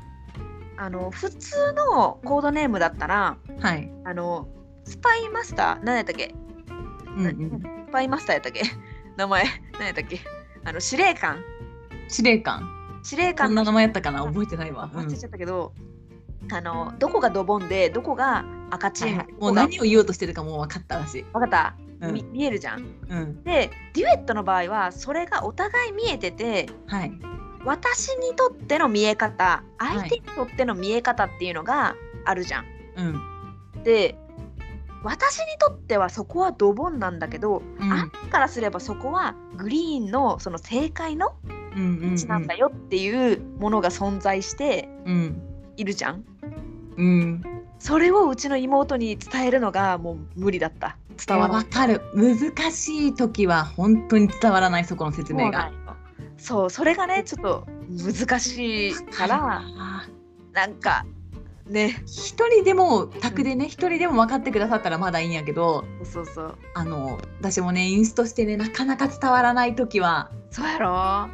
Speaker 1: あの普通のコードネームだったら
Speaker 2: はい
Speaker 1: あのスパイマスター何やったっけ
Speaker 2: うんうん
Speaker 1: スパイマスターやったっけ 名前何やったっけあの司令官
Speaker 2: 司令官
Speaker 1: 司令
Speaker 2: こ
Speaker 1: 官
Speaker 2: ん
Speaker 1: の
Speaker 2: な
Speaker 1: 人
Speaker 2: 名前やったかな覚えてないわ、うん
Speaker 1: 忘れちゃったけど、あのどこがドボンでどこが赤チーム、
Speaker 2: はい
Speaker 1: で
Speaker 2: はい、もう何を言おうとしてるかもう分かったらしい、
Speaker 1: 分かった、
Speaker 2: うん
Speaker 1: み見えるじゃん。
Speaker 2: うん、
Speaker 1: でデュエットの場合はそれがお互い見えてて
Speaker 2: はい
Speaker 1: 私にとっての見え方
Speaker 2: い
Speaker 1: 相手にとっての見え方っていうのがあるじゃん。
Speaker 2: うん
Speaker 1: で私にとってはそこはドボンなんだけど、
Speaker 2: うん
Speaker 1: あんたからすればそこはグリーンのその正解の
Speaker 2: うんうん
Speaker 1: 道なんだよっていうものが存在して
Speaker 2: うん
Speaker 1: いるじゃん。
Speaker 2: うん
Speaker 1: それをうちの妹に伝えるのがもう無理だった伝わらない
Speaker 2: 分かる難しい時は本当に伝わらないそこの説明が
Speaker 1: そうなんよそうそれがねちょっと難しいから
Speaker 2: あー
Speaker 1: なんかね
Speaker 2: 一人でも宅でね一人でも分かってくださったらまだいいんやけど
Speaker 1: そうそう
Speaker 2: あの私もねインストしてねなかなか伝わらない時は
Speaker 1: そうやろ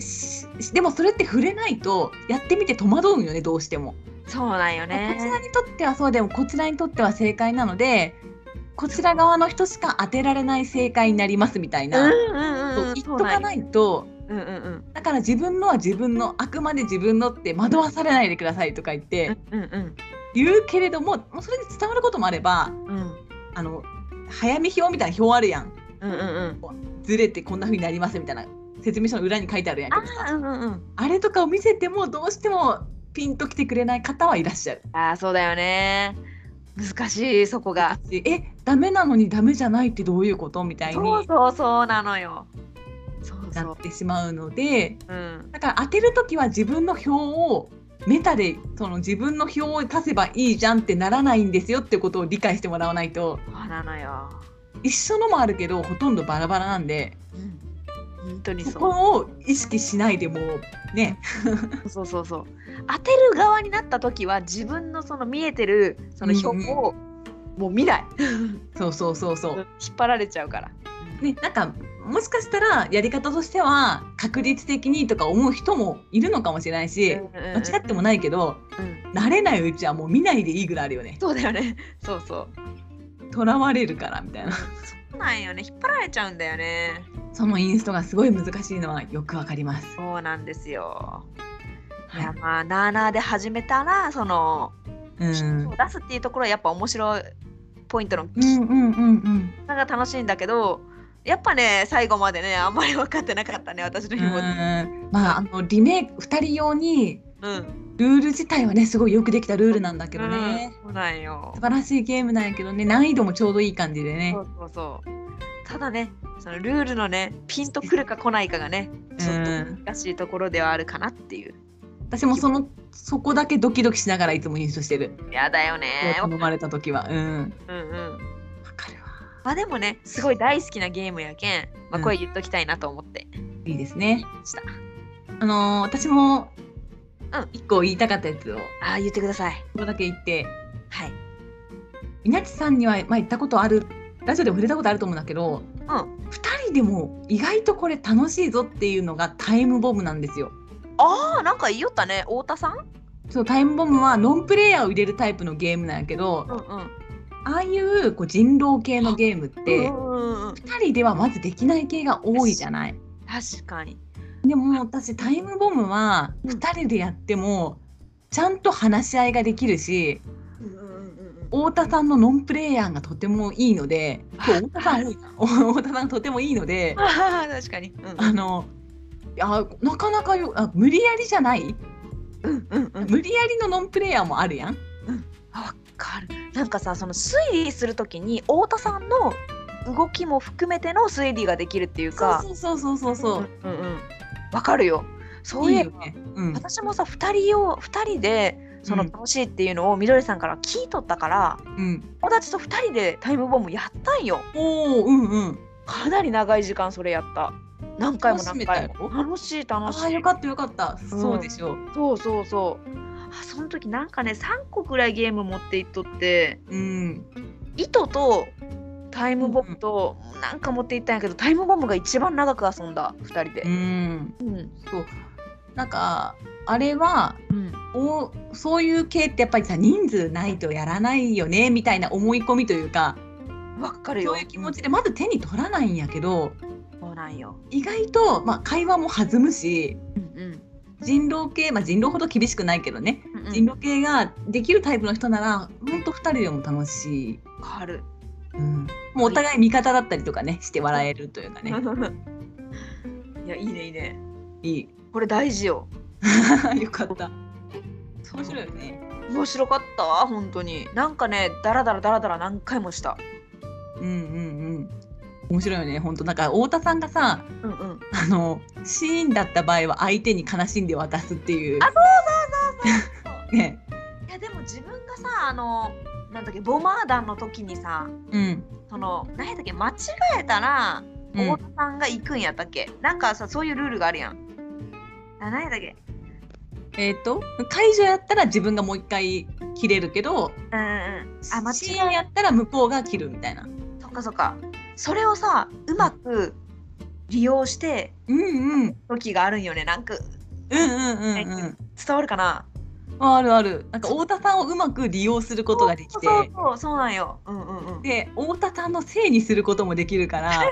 Speaker 2: しでもそれって触れないとやってみて戸惑うんよねどうしても、
Speaker 1: そうなんよ
Speaker 2: こちら
Speaker 1: ね
Speaker 2: にとってはそうでもこちらにとっては正解なのでこちら側の人しか当てられない正解になりますみたい
Speaker 1: うん
Speaker 2: な、
Speaker 1: うん
Speaker 2: そう
Speaker 1: うんうん
Speaker 2: 言っ
Speaker 1: そ
Speaker 2: と
Speaker 1: うな
Speaker 2: か
Speaker 1: んよ
Speaker 2: ないと
Speaker 1: うんうんうん
Speaker 2: だから自分のは自分のあくまで自分のって惑わされないでくださいとか言って
Speaker 1: うんうん
Speaker 2: 言うけれどももうそれで伝わることもあれば
Speaker 1: うん
Speaker 2: あの早見表みたいな表あるやん
Speaker 1: うんうんうん
Speaker 2: ずれてこんな風になりますみたいな説明書の裏に書いてあるやんけどさ
Speaker 1: あうんうんうん
Speaker 2: あれとかを見せてもどうしてもピンときてくれない方はいらっしゃる。
Speaker 1: あーそうだよね難しいそこが
Speaker 2: でえダメなのにダメじゃないってどういうことみたいに
Speaker 1: そうそうそうなのよそうそ
Speaker 2: なっ
Speaker 1: う
Speaker 2: てしまうので
Speaker 1: うん
Speaker 2: だから当てる時は自分の表をメタでその自分の表を足せばいいじゃんってならないんですよってことを理解してもらわないと
Speaker 1: そうなのよ
Speaker 2: 一緒のもあるけどほとんどバラバラなんで
Speaker 1: うん本当に
Speaker 2: そ
Speaker 1: そう
Speaker 2: こを意識しないでもうね
Speaker 1: そうそうそう当てる側になった時は自分のその見えてるその
Speaker 2: うんうん
Speaker 1: 表をもう見ない、
Speaker 2: そうそうそうそう
Speaker 1: 引っ張られちゃうから、
Speaker 2: ね、なんかもしかしたらやり方としては確率的にとか思う人もいるのかもしれないし間違ってもないけど
Speaker 1: うん
Speaker 2: 慣れないうちはもう見ないでいいぐらいあるよね
Speaker 1: そうだよねそうそう
Speaker 2: とらわれるからみたいな
Speaker 1: そうなんよね引っ張られちゃうんだよね
Speaker 2: そのインストがすごい難しいのはよくわかります
Speaker 1: そうなんですよい
Speaker 2: は
Speaker 1: やまあなあなあで始めたらその
Speaker 2: いうん
Speaker 1: ヒントを出すっていうところはやっぱ面白いポイントの
Speaker 2: うんうんうんうん
Speaker 1: なんか楽しいんだけどやっぱね最後までねあんまり分かってなかったね私の
Speaker 2: う
Speaker 1: 気持ち
Speaker 2: んまああのリメイク2人用に
Speaker 1: うん
Speaker 2: ルール自体はねすごいよくできたルールなんだけどね、
Speaker 1: うんそうなんよ
Speaker 2: 素晴らしいゲームなんやけどね難易度もちょうどいい感じでね
Speaker 1: そうそうそうただねそのルールのねピンとくるか来ないかがねちょっと
Speaker 2: うん
Speaker 1: 難しいところではあるかなっていう
Speaker 2: 私もそのそこだけドキドキしながらいつもインストしてる、
Speaker 1: やだよね
Speaker 2: 頼まれた時はうん
Speaker 1: うんうん
Speaker 2: わかるわ
Speaker 1: まあでもねすごい大好きなゲームやけん、まあ、これ言っときたいなと思って、
Speaker 2: いいですね
Speaker 1: した
Speaker 2: あのー私も
Speaker 1: うん
Speaker 2: 一個言いたかったやつを
Speaker 1: ああ言ってください
Speaker 2: ここだけ言って
Speaker 1: はい
Speaker 2: 稲地さんには、まあ、言ったことあるラジオでも触れたことあると思うんだけど、
Speaker 1: ん
Speaker 2: 二人でも意外とこれ楽しいぞっていうのがタイムボムなんですよ。
Speaker 1: ああなんか言いよったね太田さん
Speaker 2: そうタイムボムはノンプレイヤーを入れるタイプのゲームなんやけど、
Speaker 1: うんうん
Speaker 2: ああいうこう人狼系のゲームって
Speaker 1: うんうんうん、
Speaker 2: 2人ではまずできない系が多いじゃない。
Speaker 1: 確かに
Speaker 2: でも私タイムボムは
Speaker 1: うん
Speaker 2: 2人でやってもちゃんと話し合いができるし
Speaker 1: うんうんうん
Speaker 2: 太田さんのノンプレイヤーがとてもいい ので今日太田さん多いな太田さんがとてもいいので
Speaker 1: あー確かにうん
Speaker 2: あのあなかなかよあ無理やりじゃない
Speaker 1: うんうんうん
Speaker 2: 無理やりのノンプレイヤーもあるやん。
Speaker 1: わかるなんかさその推理するときに太田さんの動きも含めての推理ができるっていうか
Speaker 2: そうそうそうそうそう。
Speaker 1: うんうんうんわかるよそうい
Speaker 2: い
Speaker 1: え
Speaker 2: よ
Speaker 1: ば
Speaker 2: ね。うん
Speaker 1: 私もさ2人を二人でその
Speaker 2: うん
Speaker 1: 楽しいっていうのをみどりさんから聞いとったから、
Speaker 2: うん。
Speaker 1: 友達と2人でタイムボムやったんよ
Speaker 2: おおうんうん。
Speaker 1: かなり長い時間それやった何回も何回
Speaker 2: 楽しめ
Speaker 1: も
Speaker 2: た
Speaker 1: 楽しい楽し
Speaker 2: ああ
Speaker 1: い
Speaker 2: よかったよかった。そうでしょう。
Speaker 1: そうそうそうあその時なんかね3個くらいゲーム持っていっとって
Speaker 2: うん。
Speaker 1: 糸とタイムボムとなんか持っていったんやけどタイムボムが一番長く遊んだ2人で
Speaker 2: う。ん。
Speaker 1: うん
Speaker 2: そう。なんかあれは
Speaker 1: うん
Speaker 2: おそういう系ってやっぱりさ人数ないとやらないよねみたいな思い込みというか
Speaker 1: わ、かるよ
Speaker 2: そういう気持ちでまず手に取らないんやけど
Speaker 1: そうなんよ、
Speaker 2: 意外と、まあ、会話も弾むし
Speaker 1: うん
Speaker 2: 人狼系、まあ、人狼ほど厳しくないけどね、
Speaker 1: うんうん、
Speaker 2: 人狼系ができるタイプの人ならほんと2人でも楽しい、
Speaker 1: わかる
Speaker 2: うん、もうお互い味方だったりとかねして笑えるというかね
Speaker 1: いやいいねいいね
Speaker 2: いい
Speaker 1: これ大事よ
Speaker 2: よかった面白いよね。
Speaker 1: 面白かったわ本当になんかねダラダラダラダラ何回もした
Speaker 2: うんうんうん面白いよね本当なんか太田さんがさ
Speaker 1: うんうん
Speaker 2: あのシーンだった場合は相手に悲しんで渡すっていう
Speaker 1: あそうそうそうそう
Speaker 2: ね
Speaker 1: いやでも自分がさあのなんだっけボマー団の時にさ
Speaker 2: うん
Speaker 1: その何やったっけ間違えたら
Speaker 2: うん
Speaker 1: 太田さんが行くんやったっけ、なんかさそういうルールがあるやん。あ何やったっけ
Speaker 2: えっ、と解除やったら自分がもう一回切れるけど
Speaker 1: うんうんあ間違え
Speaker 2: シーンやったら向こうが切るみたいな
Speaker 1: そっかそっかそれをさうまく利用して
Speaker 2: うんうん
Speaker 1: 時があるんよねなんか
Speaker 2: うんうんうんうん
Speaker 1: 伝わるかな
Speaker 2: ああるあるなんか太田さんをうまく利用することができて
Speaker 1: そうそうそうそうなんよ。うんうんうん。
Speaker 2: で太田さんのせいにすることもできるから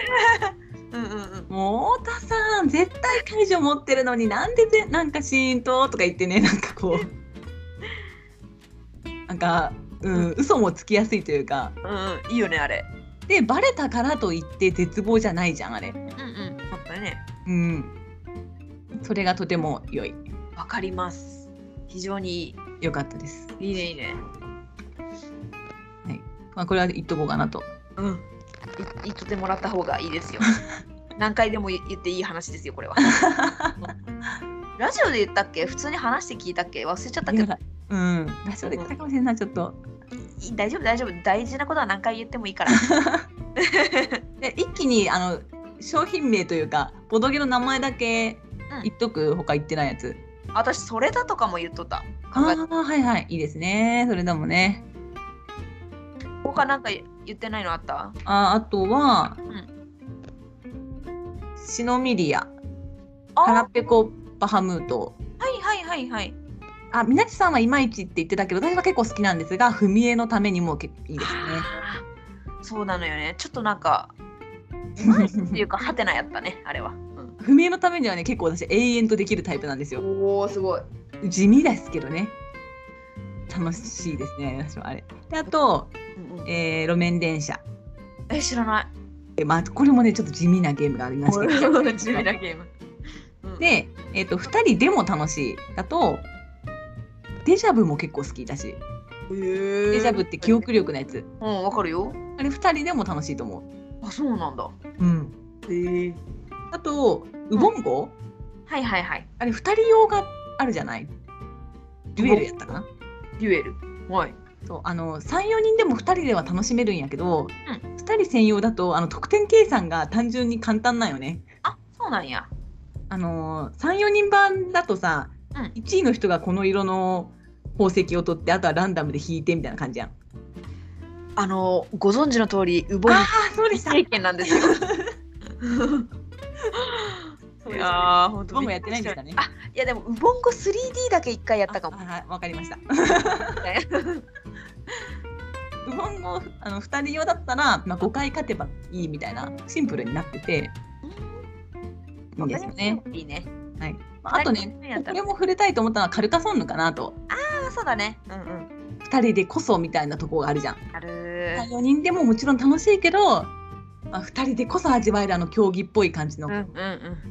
Speaker 1: うんうんうん。
Speaker 2: もう太田さん絶対解除持ってるのになんでぜなんかシーンととか言ってねなんかこう なんか、うん、嘘もつきやすいというか
Speaker 1: うんうん、いいよねあれ。
Speaker 2: でバレたからといって絶望じゃないじゃんあれ
Speaker 1: うんうん。本当にね。
Speaker 2: うんそれがとても良い
Speaker 1: わかります。非常にい
Speaker 2: 良かったです、
Speaker 1: い。いいねいいね。
Speaker 2: まあ、これは言っとこうかなと
Speaker 1: うん。い言っとってもらった方がいい ですよ。何回でも言言っていい話ですよ、これは。ラジオで言ったっけ普通に話して聞いたっけ忘れちゃったけど。
Speaker 2: うんラジオで言ったかもしれんないちょっと
Speaker 1: い大丈夫、大丈夫。大事なことは何回言ってもいいから。
Speaker 2: で一気にあの商品名というかボドゲの名前だけ言っとく、他言ってないやつ
Speaker 1: 私、それだとかも言っとった。
Speaker 2: ああはいはいいいですねそれだもんね
Speaker 1: 他なんか言ってないのあった
Speaker 2: ああとは、
Speaker 1: ん
Speaker 2: シノミリア、
Speaker 1: あ
Speaker 2: ハラ
Speaker 1: は
Speaker 2: ペコバハムート。
Speaker 1: いはいはいはい。
Speaker 2: あ、みなちさんはいまいちって言ってたけど、私は結構好きなんですが、踏み絵のためにも結構いいです
Speaker 1: あーそうなのよね。ちょっとなんか、ってい
Speaker 2: ね。
Speaker 1: うか、ハテナやったね、あれは。うん
Speaker 2: 踏み絵のためにはね、結構私永遠とできるタイプなんですよ。
Speaker 1: おお、すごい。
Speaker 2: 地味ですけどね。楽しいですね、私はあれ。で、あと、
Speaker 1: うんうん
Speaker 2: えー路面電車。
Speaker 1: え、知らない。
Speaker 2: えまあ、これもね、ちょっと地味なゲームがありまして。
Speaker 1: 地味なゲーム。うん、
Speaker 2: で、えっと2人でも楽しいだとデジャブも結構好きだし
Speaker 1: デ
Speaker 2: デジャブって記憶。力のやつ
Speaker 1: うん、わかるよ。
Speaker 2: あれ2人でも楽しいと思
Speaker 1: あ、そうなんだ。
Speaker 2: う、うん、
Speaker 1: へえ。
Speaker 2: あとウボンゴ、
Speaker 1: はいはいはい。
Speaker 2: あれ2人用があるじゃないデュエルやったかな
Speaker 1: デュエル。はい。
Speaker 2: そうあの34人でも2人では楽しめるんやけど、2人専用だとあの得点計算が単純に簡単なんよね
Speaker 1: あ、そうなんや。
Speaker 2: あの34人版だとさ、
Speaker 1: うん
Speaker 2: 1位の人がこの色の宝石を取ってあとはランダムで引いてみたいな感じやん
Speaker 1: あの、ご存知の通り、ウボン
Speaker 2: ああそうでした
Speaker 1: 経験なんですよ。い
Speaker 2: そうです
Speaker 1: やー、本
Speaker 2: ウ
Speaker 1: 当
Speaker 2: ボンゴやってないんですかね。
Speaker 1: あ、いやでもウボンゴ 3D だけ一回やったかも。
Speaker 2: あはい、わかりました。
Speaker 1: ね
Speaker 2: ウボンゴあの二人用だったら、まあ五回勝てばいいみたいなシンプルになってていいんですよね。。
Speaker 1: いいね。
Speaker 2: はい。まあ、あとね、
Speaker 1: やった
Speaker 2: こ
Speaker 1: ら
Speaker 2: れも触れたいと思ったのはカルカソンヌかなと。
Speaker 1: あ、そうだね。うんうん。
Speaker 2: 二人でこそみたいなとこがあるじゃん。
Speaker 1: あるー。
Speaker 2: 四人でももちろん楽しいけど、まあ二人でこそ味わえるあの競技っぽい感じ
Speaker 1: う
Speaker 2: の
Speaker 1: んうんう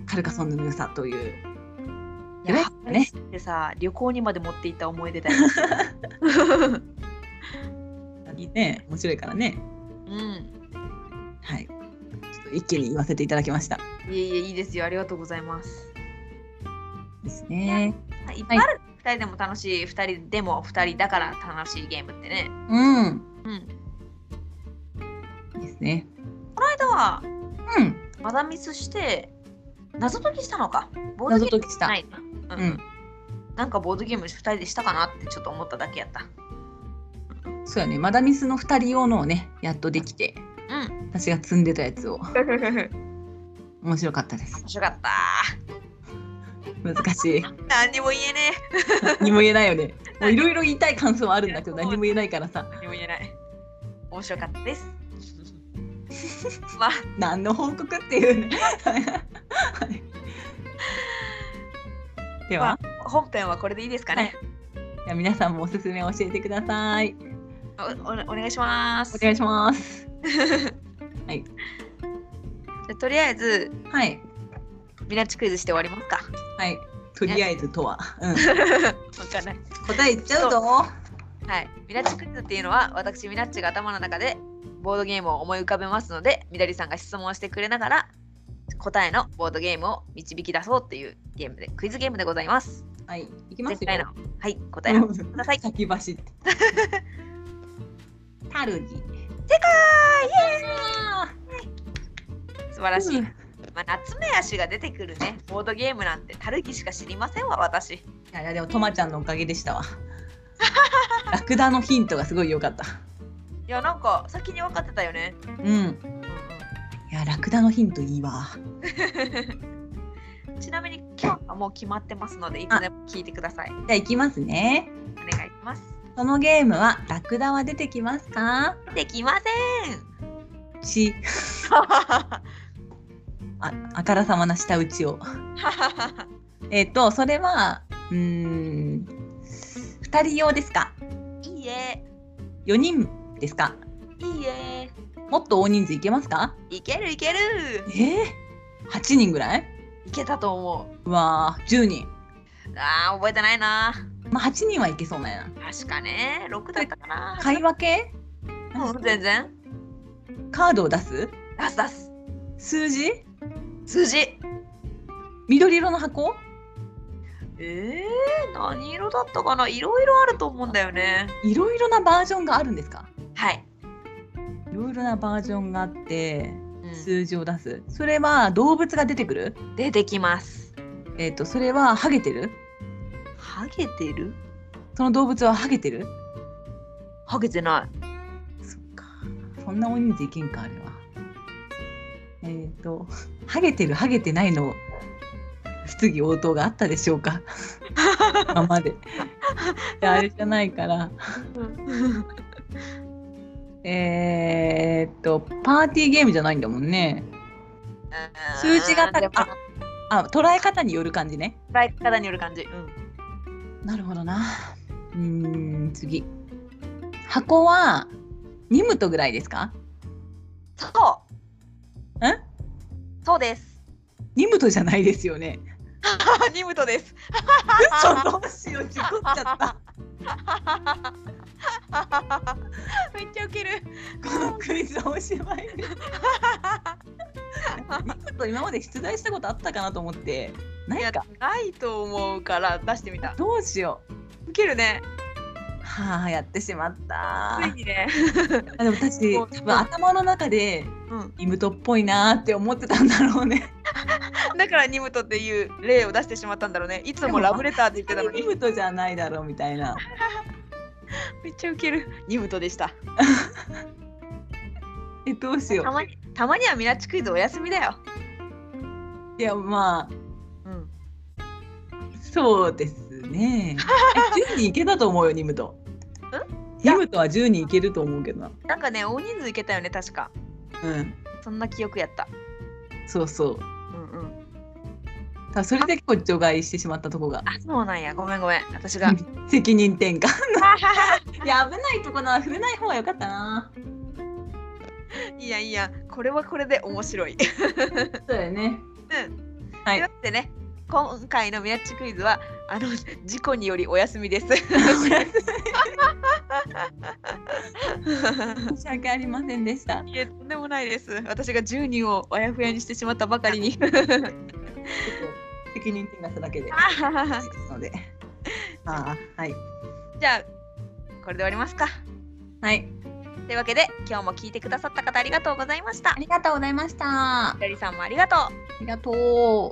Speaker 1: ん。
Speaker 2: カルカソンヌの良さという。
Speaker 1: いや
Speaker 2: ね、
Speaker 1: ね、でさ、旅行にまで持っていった思い出だよ。
Speaker 2: ね、面白いからね。
Speaker 1: うん。
Speaker 2: はい。ちょっと一気に言わせていただきました。
Speaker 1: いえいえ、いいですよ。ありがとうございます。
Speaker 2: ですね。
Speaker 1: はいいっぱいある。二人でも楽しい、二人でも二人だから楽しいゲームってね。
Speaker 2: うん。
Speaker 1: うん。
Speaker 2: ですね。
Speaker 1: あとは、
Speaker 2: うん。
Speaker 1: マダミスして、謎解きしたのか。ボード
Speaker 2: 謎
Speaker 1: ゲー
Speaker 2: 解
Speaker 1: ム
Speaker 2: き
Speaker 1: じ
Speaker 2: し
Speaker 1: ゃ
Speaker 2: た。
Speaker 1: ないな。うんうん。なんかボードゲーム2人でしたかなってちょっと思っただけやった。
Speaker 2: そうやね。マダミスの二人用のをね、やっとできて、
Speaker 1: うん。
Speaker 2: 私が積んでたやつを
Speaker 1: 面
Speaker 2: 面白かったです。
Speaker 1: 白かった。
Speaker 2: 難しい。
Speaker 1: 何にも言えね
Speaker 2: 何も言えないよね。もういろいろ言いたい感想はあるんだけど、何も言えないからさ
Speaker 1: え。、何も言えない。面白かった です。まあ、
Speaker 2: 何の報告っていうね。はいでは、
Speaker 1: 本編はこれでいいですかね。
Speaker 2: じゃあ皆さんもおすすめ教えてください。
Speaker 1: おおお願いします。
Speaker 2: お願いします。はい。
Speaker 1: じゃとりあえず、
Speaker 2: はい。
Speaker 1: ミナチクイズして終わりますか。
Speaker 2: はい。とりあえずとは。うん、
Speaker 1: わかんない。
Speaker 2: 答え言っちゃうぞ。
Speaker 1: はい。ミナチクイズっていうのは、私、ミナッチが頭の中でボードゲームを思い浮かべますので、みどりさんが質問をしてくれながら、答えのボードゲームを導き出そうっていうゲームで、クイズゲームでございます。
Speaker 2: はい。いきます
Speaker 1: 絶
Speaker 2: よ
Speaker 1: 対。の。はい、答えをください。正
Speaker 2: 先走って。タルギ。
Speaker 1: 解イエーイ素晴らしい。
Speaker 2: うん
Speaker 1: まあ、夏目足が出てくるね、ボードゲームなんて、たるきしか知りませんわ、私。
Speaker 2: いやいやでもトマちゃんのおかげでしたわ。 ラクダのヒントがすごい良かった。
Speaker 1: いや、なんか、先に分かってたよね。
Speaker 2: うん。いやラクダのヒントいいわ。
Speaker 1: ちなみに、今日はもう決まってますので、いつでも聞いてください。
Speaker 2: じゃあ行きますね。
Speaker 1: お願いします。
Speaker 2: そのゲームはラクダは出てきますか？
Speaker 1: できま せん。
Speaker 2: ちああからさまな舌打ちを。えっ、とそれはうーん二人用ですか？
Speaker 1: いいえ、
Speaker 2: 四人ですか？
Speaker 1: いいえ。
Speaker 2: もっと大人数いけますか？
Speaker 1: いけるいける。
Speaker 2: ええ八人ぐらい？
Speaker 1: いけたと思う。
Speaker 2: うわあ十人。
Speaker 1: ああ、覚えてないな。
Speaker 2: まあ八人はいけそうなんやな。
Speaker 1: 確かね、6だったかな。
Speaker 2: 会話系
Speaker 1: うん、全然。
Speaker 2: カードを出す
Speaker 1: 出す出す。
Speaker 2: 数字
Speaker 1: 数字。
Speaker 2: 緑色の箱
Speaker 1: えー、何色だったかないろいろあると思うんだよね。
Speaker 2: いろいろなバージョンがあるんですか
Speaker 1: はい。
Speaker 2: いろいろなバージョンがあって
Speaker 1: う
Speaker 2: 数字を出す、それは動物が出てくる
Speaker 1: ん、出てきます。
Speaker 2: えっ、とそれはハゲてる
Speaker 1: ハゲてる
Speaker 2: その動物はハゲてる
Speaker 1: ハゲてない。
Speaker 2: そっかそんな大人数いけんかあれはえっ、とハゲてるハゲてないの質疑応答があったでしょうか今まで。であれじゃないから。えーっとパーティーゲームじゃないんだもんね。数字が高い
Speaker 1: あ、
Speaker 2: あ捉え方による感じね。
Speaker 1: 捉え方による感じ。うん。
Speaker 2: なるほどな。うーん次。箱はニムトぐらいですか
Speaker 1: そう。
Speaker 2: ん？
Speaker 1: そうです。
Speaker 2: ニムトじゃないですよね。
Speaker 1: ニムトです。
Speaker 2: 嘘どうしよう事故っちゃった。
Speaker 1: めっちゃウケる。
Speaker 2: このクイズおしまいです。ニムト今まで出題したことあったかなと思って。ないい
Speaker 1: や
Speaker 2: か。
Speaker 1: ないと思うから出してみた。
Speaker 2: どうしよう。
Speaker 1: ウケるね。
Speaker 2: はあやってしまった。
Speaker 1: ついにね。
Speaker 2: あでも私
Speaker 1: もう
Speaker 2: 多分頭の中で
Speaker 1: うん。
Speaker 2: ニムトっぽいなーって思ってたんだろうね。
Speaker 1: だからニムトっていう例を出してしまったんだろうね。いつもラブレターって言ってたの
Speaker 2: ニ
Speaker 1: に。
Speaker 2: ムトじゃないだろうみたいな。
Speaker 1: めっちゃウケる。ニムトでした。
Speaker 2: えどうしよ
Speaker 1: たまにたまにはミナッチクイズお休みだよ。
Speaker 2: う。いやまあ
Speaker 1: うん。
Speaker 2: そうですね。え10人いけたと思うよニムト。
Speaker 1: いや
Speaker 2: ニムトは10人いけると思うけどな。
Speaker 1: なんかね大人数いけたよね確か。
Speaker 2: うん。
Speaker 1: そんな記憶やった。
Speaker 2: そうそう。
Speaker 1: うんうん。
Speaker 2: ただそれで結構除外してしまったとこが。
Speaker 1: あそうなんや。ごめんごめん。私 が。
Speaker 2: 責任転換いや危ないとこなら触れない方が良かったない
Speaker 1: いやいや。これはこれで面白い。
Speaker 2: そうだよ ねは
Speaker 1: というわ
Speaker 2: い
Speaker 1: けでね今回のミナッチクイズはあの事故によ りお休みです。
Speaker 2: 申し訳ありませんでした
Speaker 1: いえとんでもないです。私が10人をあやふやにしてしまったばかりに。
Speaker 2: 責任転換しただけでですのでああはい
Speaker 1: じゃあこれで終わりますか。
Speaker 2: はい
Speaker 1: というわけで今日も聞いてくださった方ありがとうございました。
Speaker 2: りがとうございましたあ
Speaker 1: ひらりさんもありがと
Speaker 2: りがとう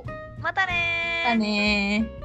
Speaker 1: う。またねー
Speaker 2: だねー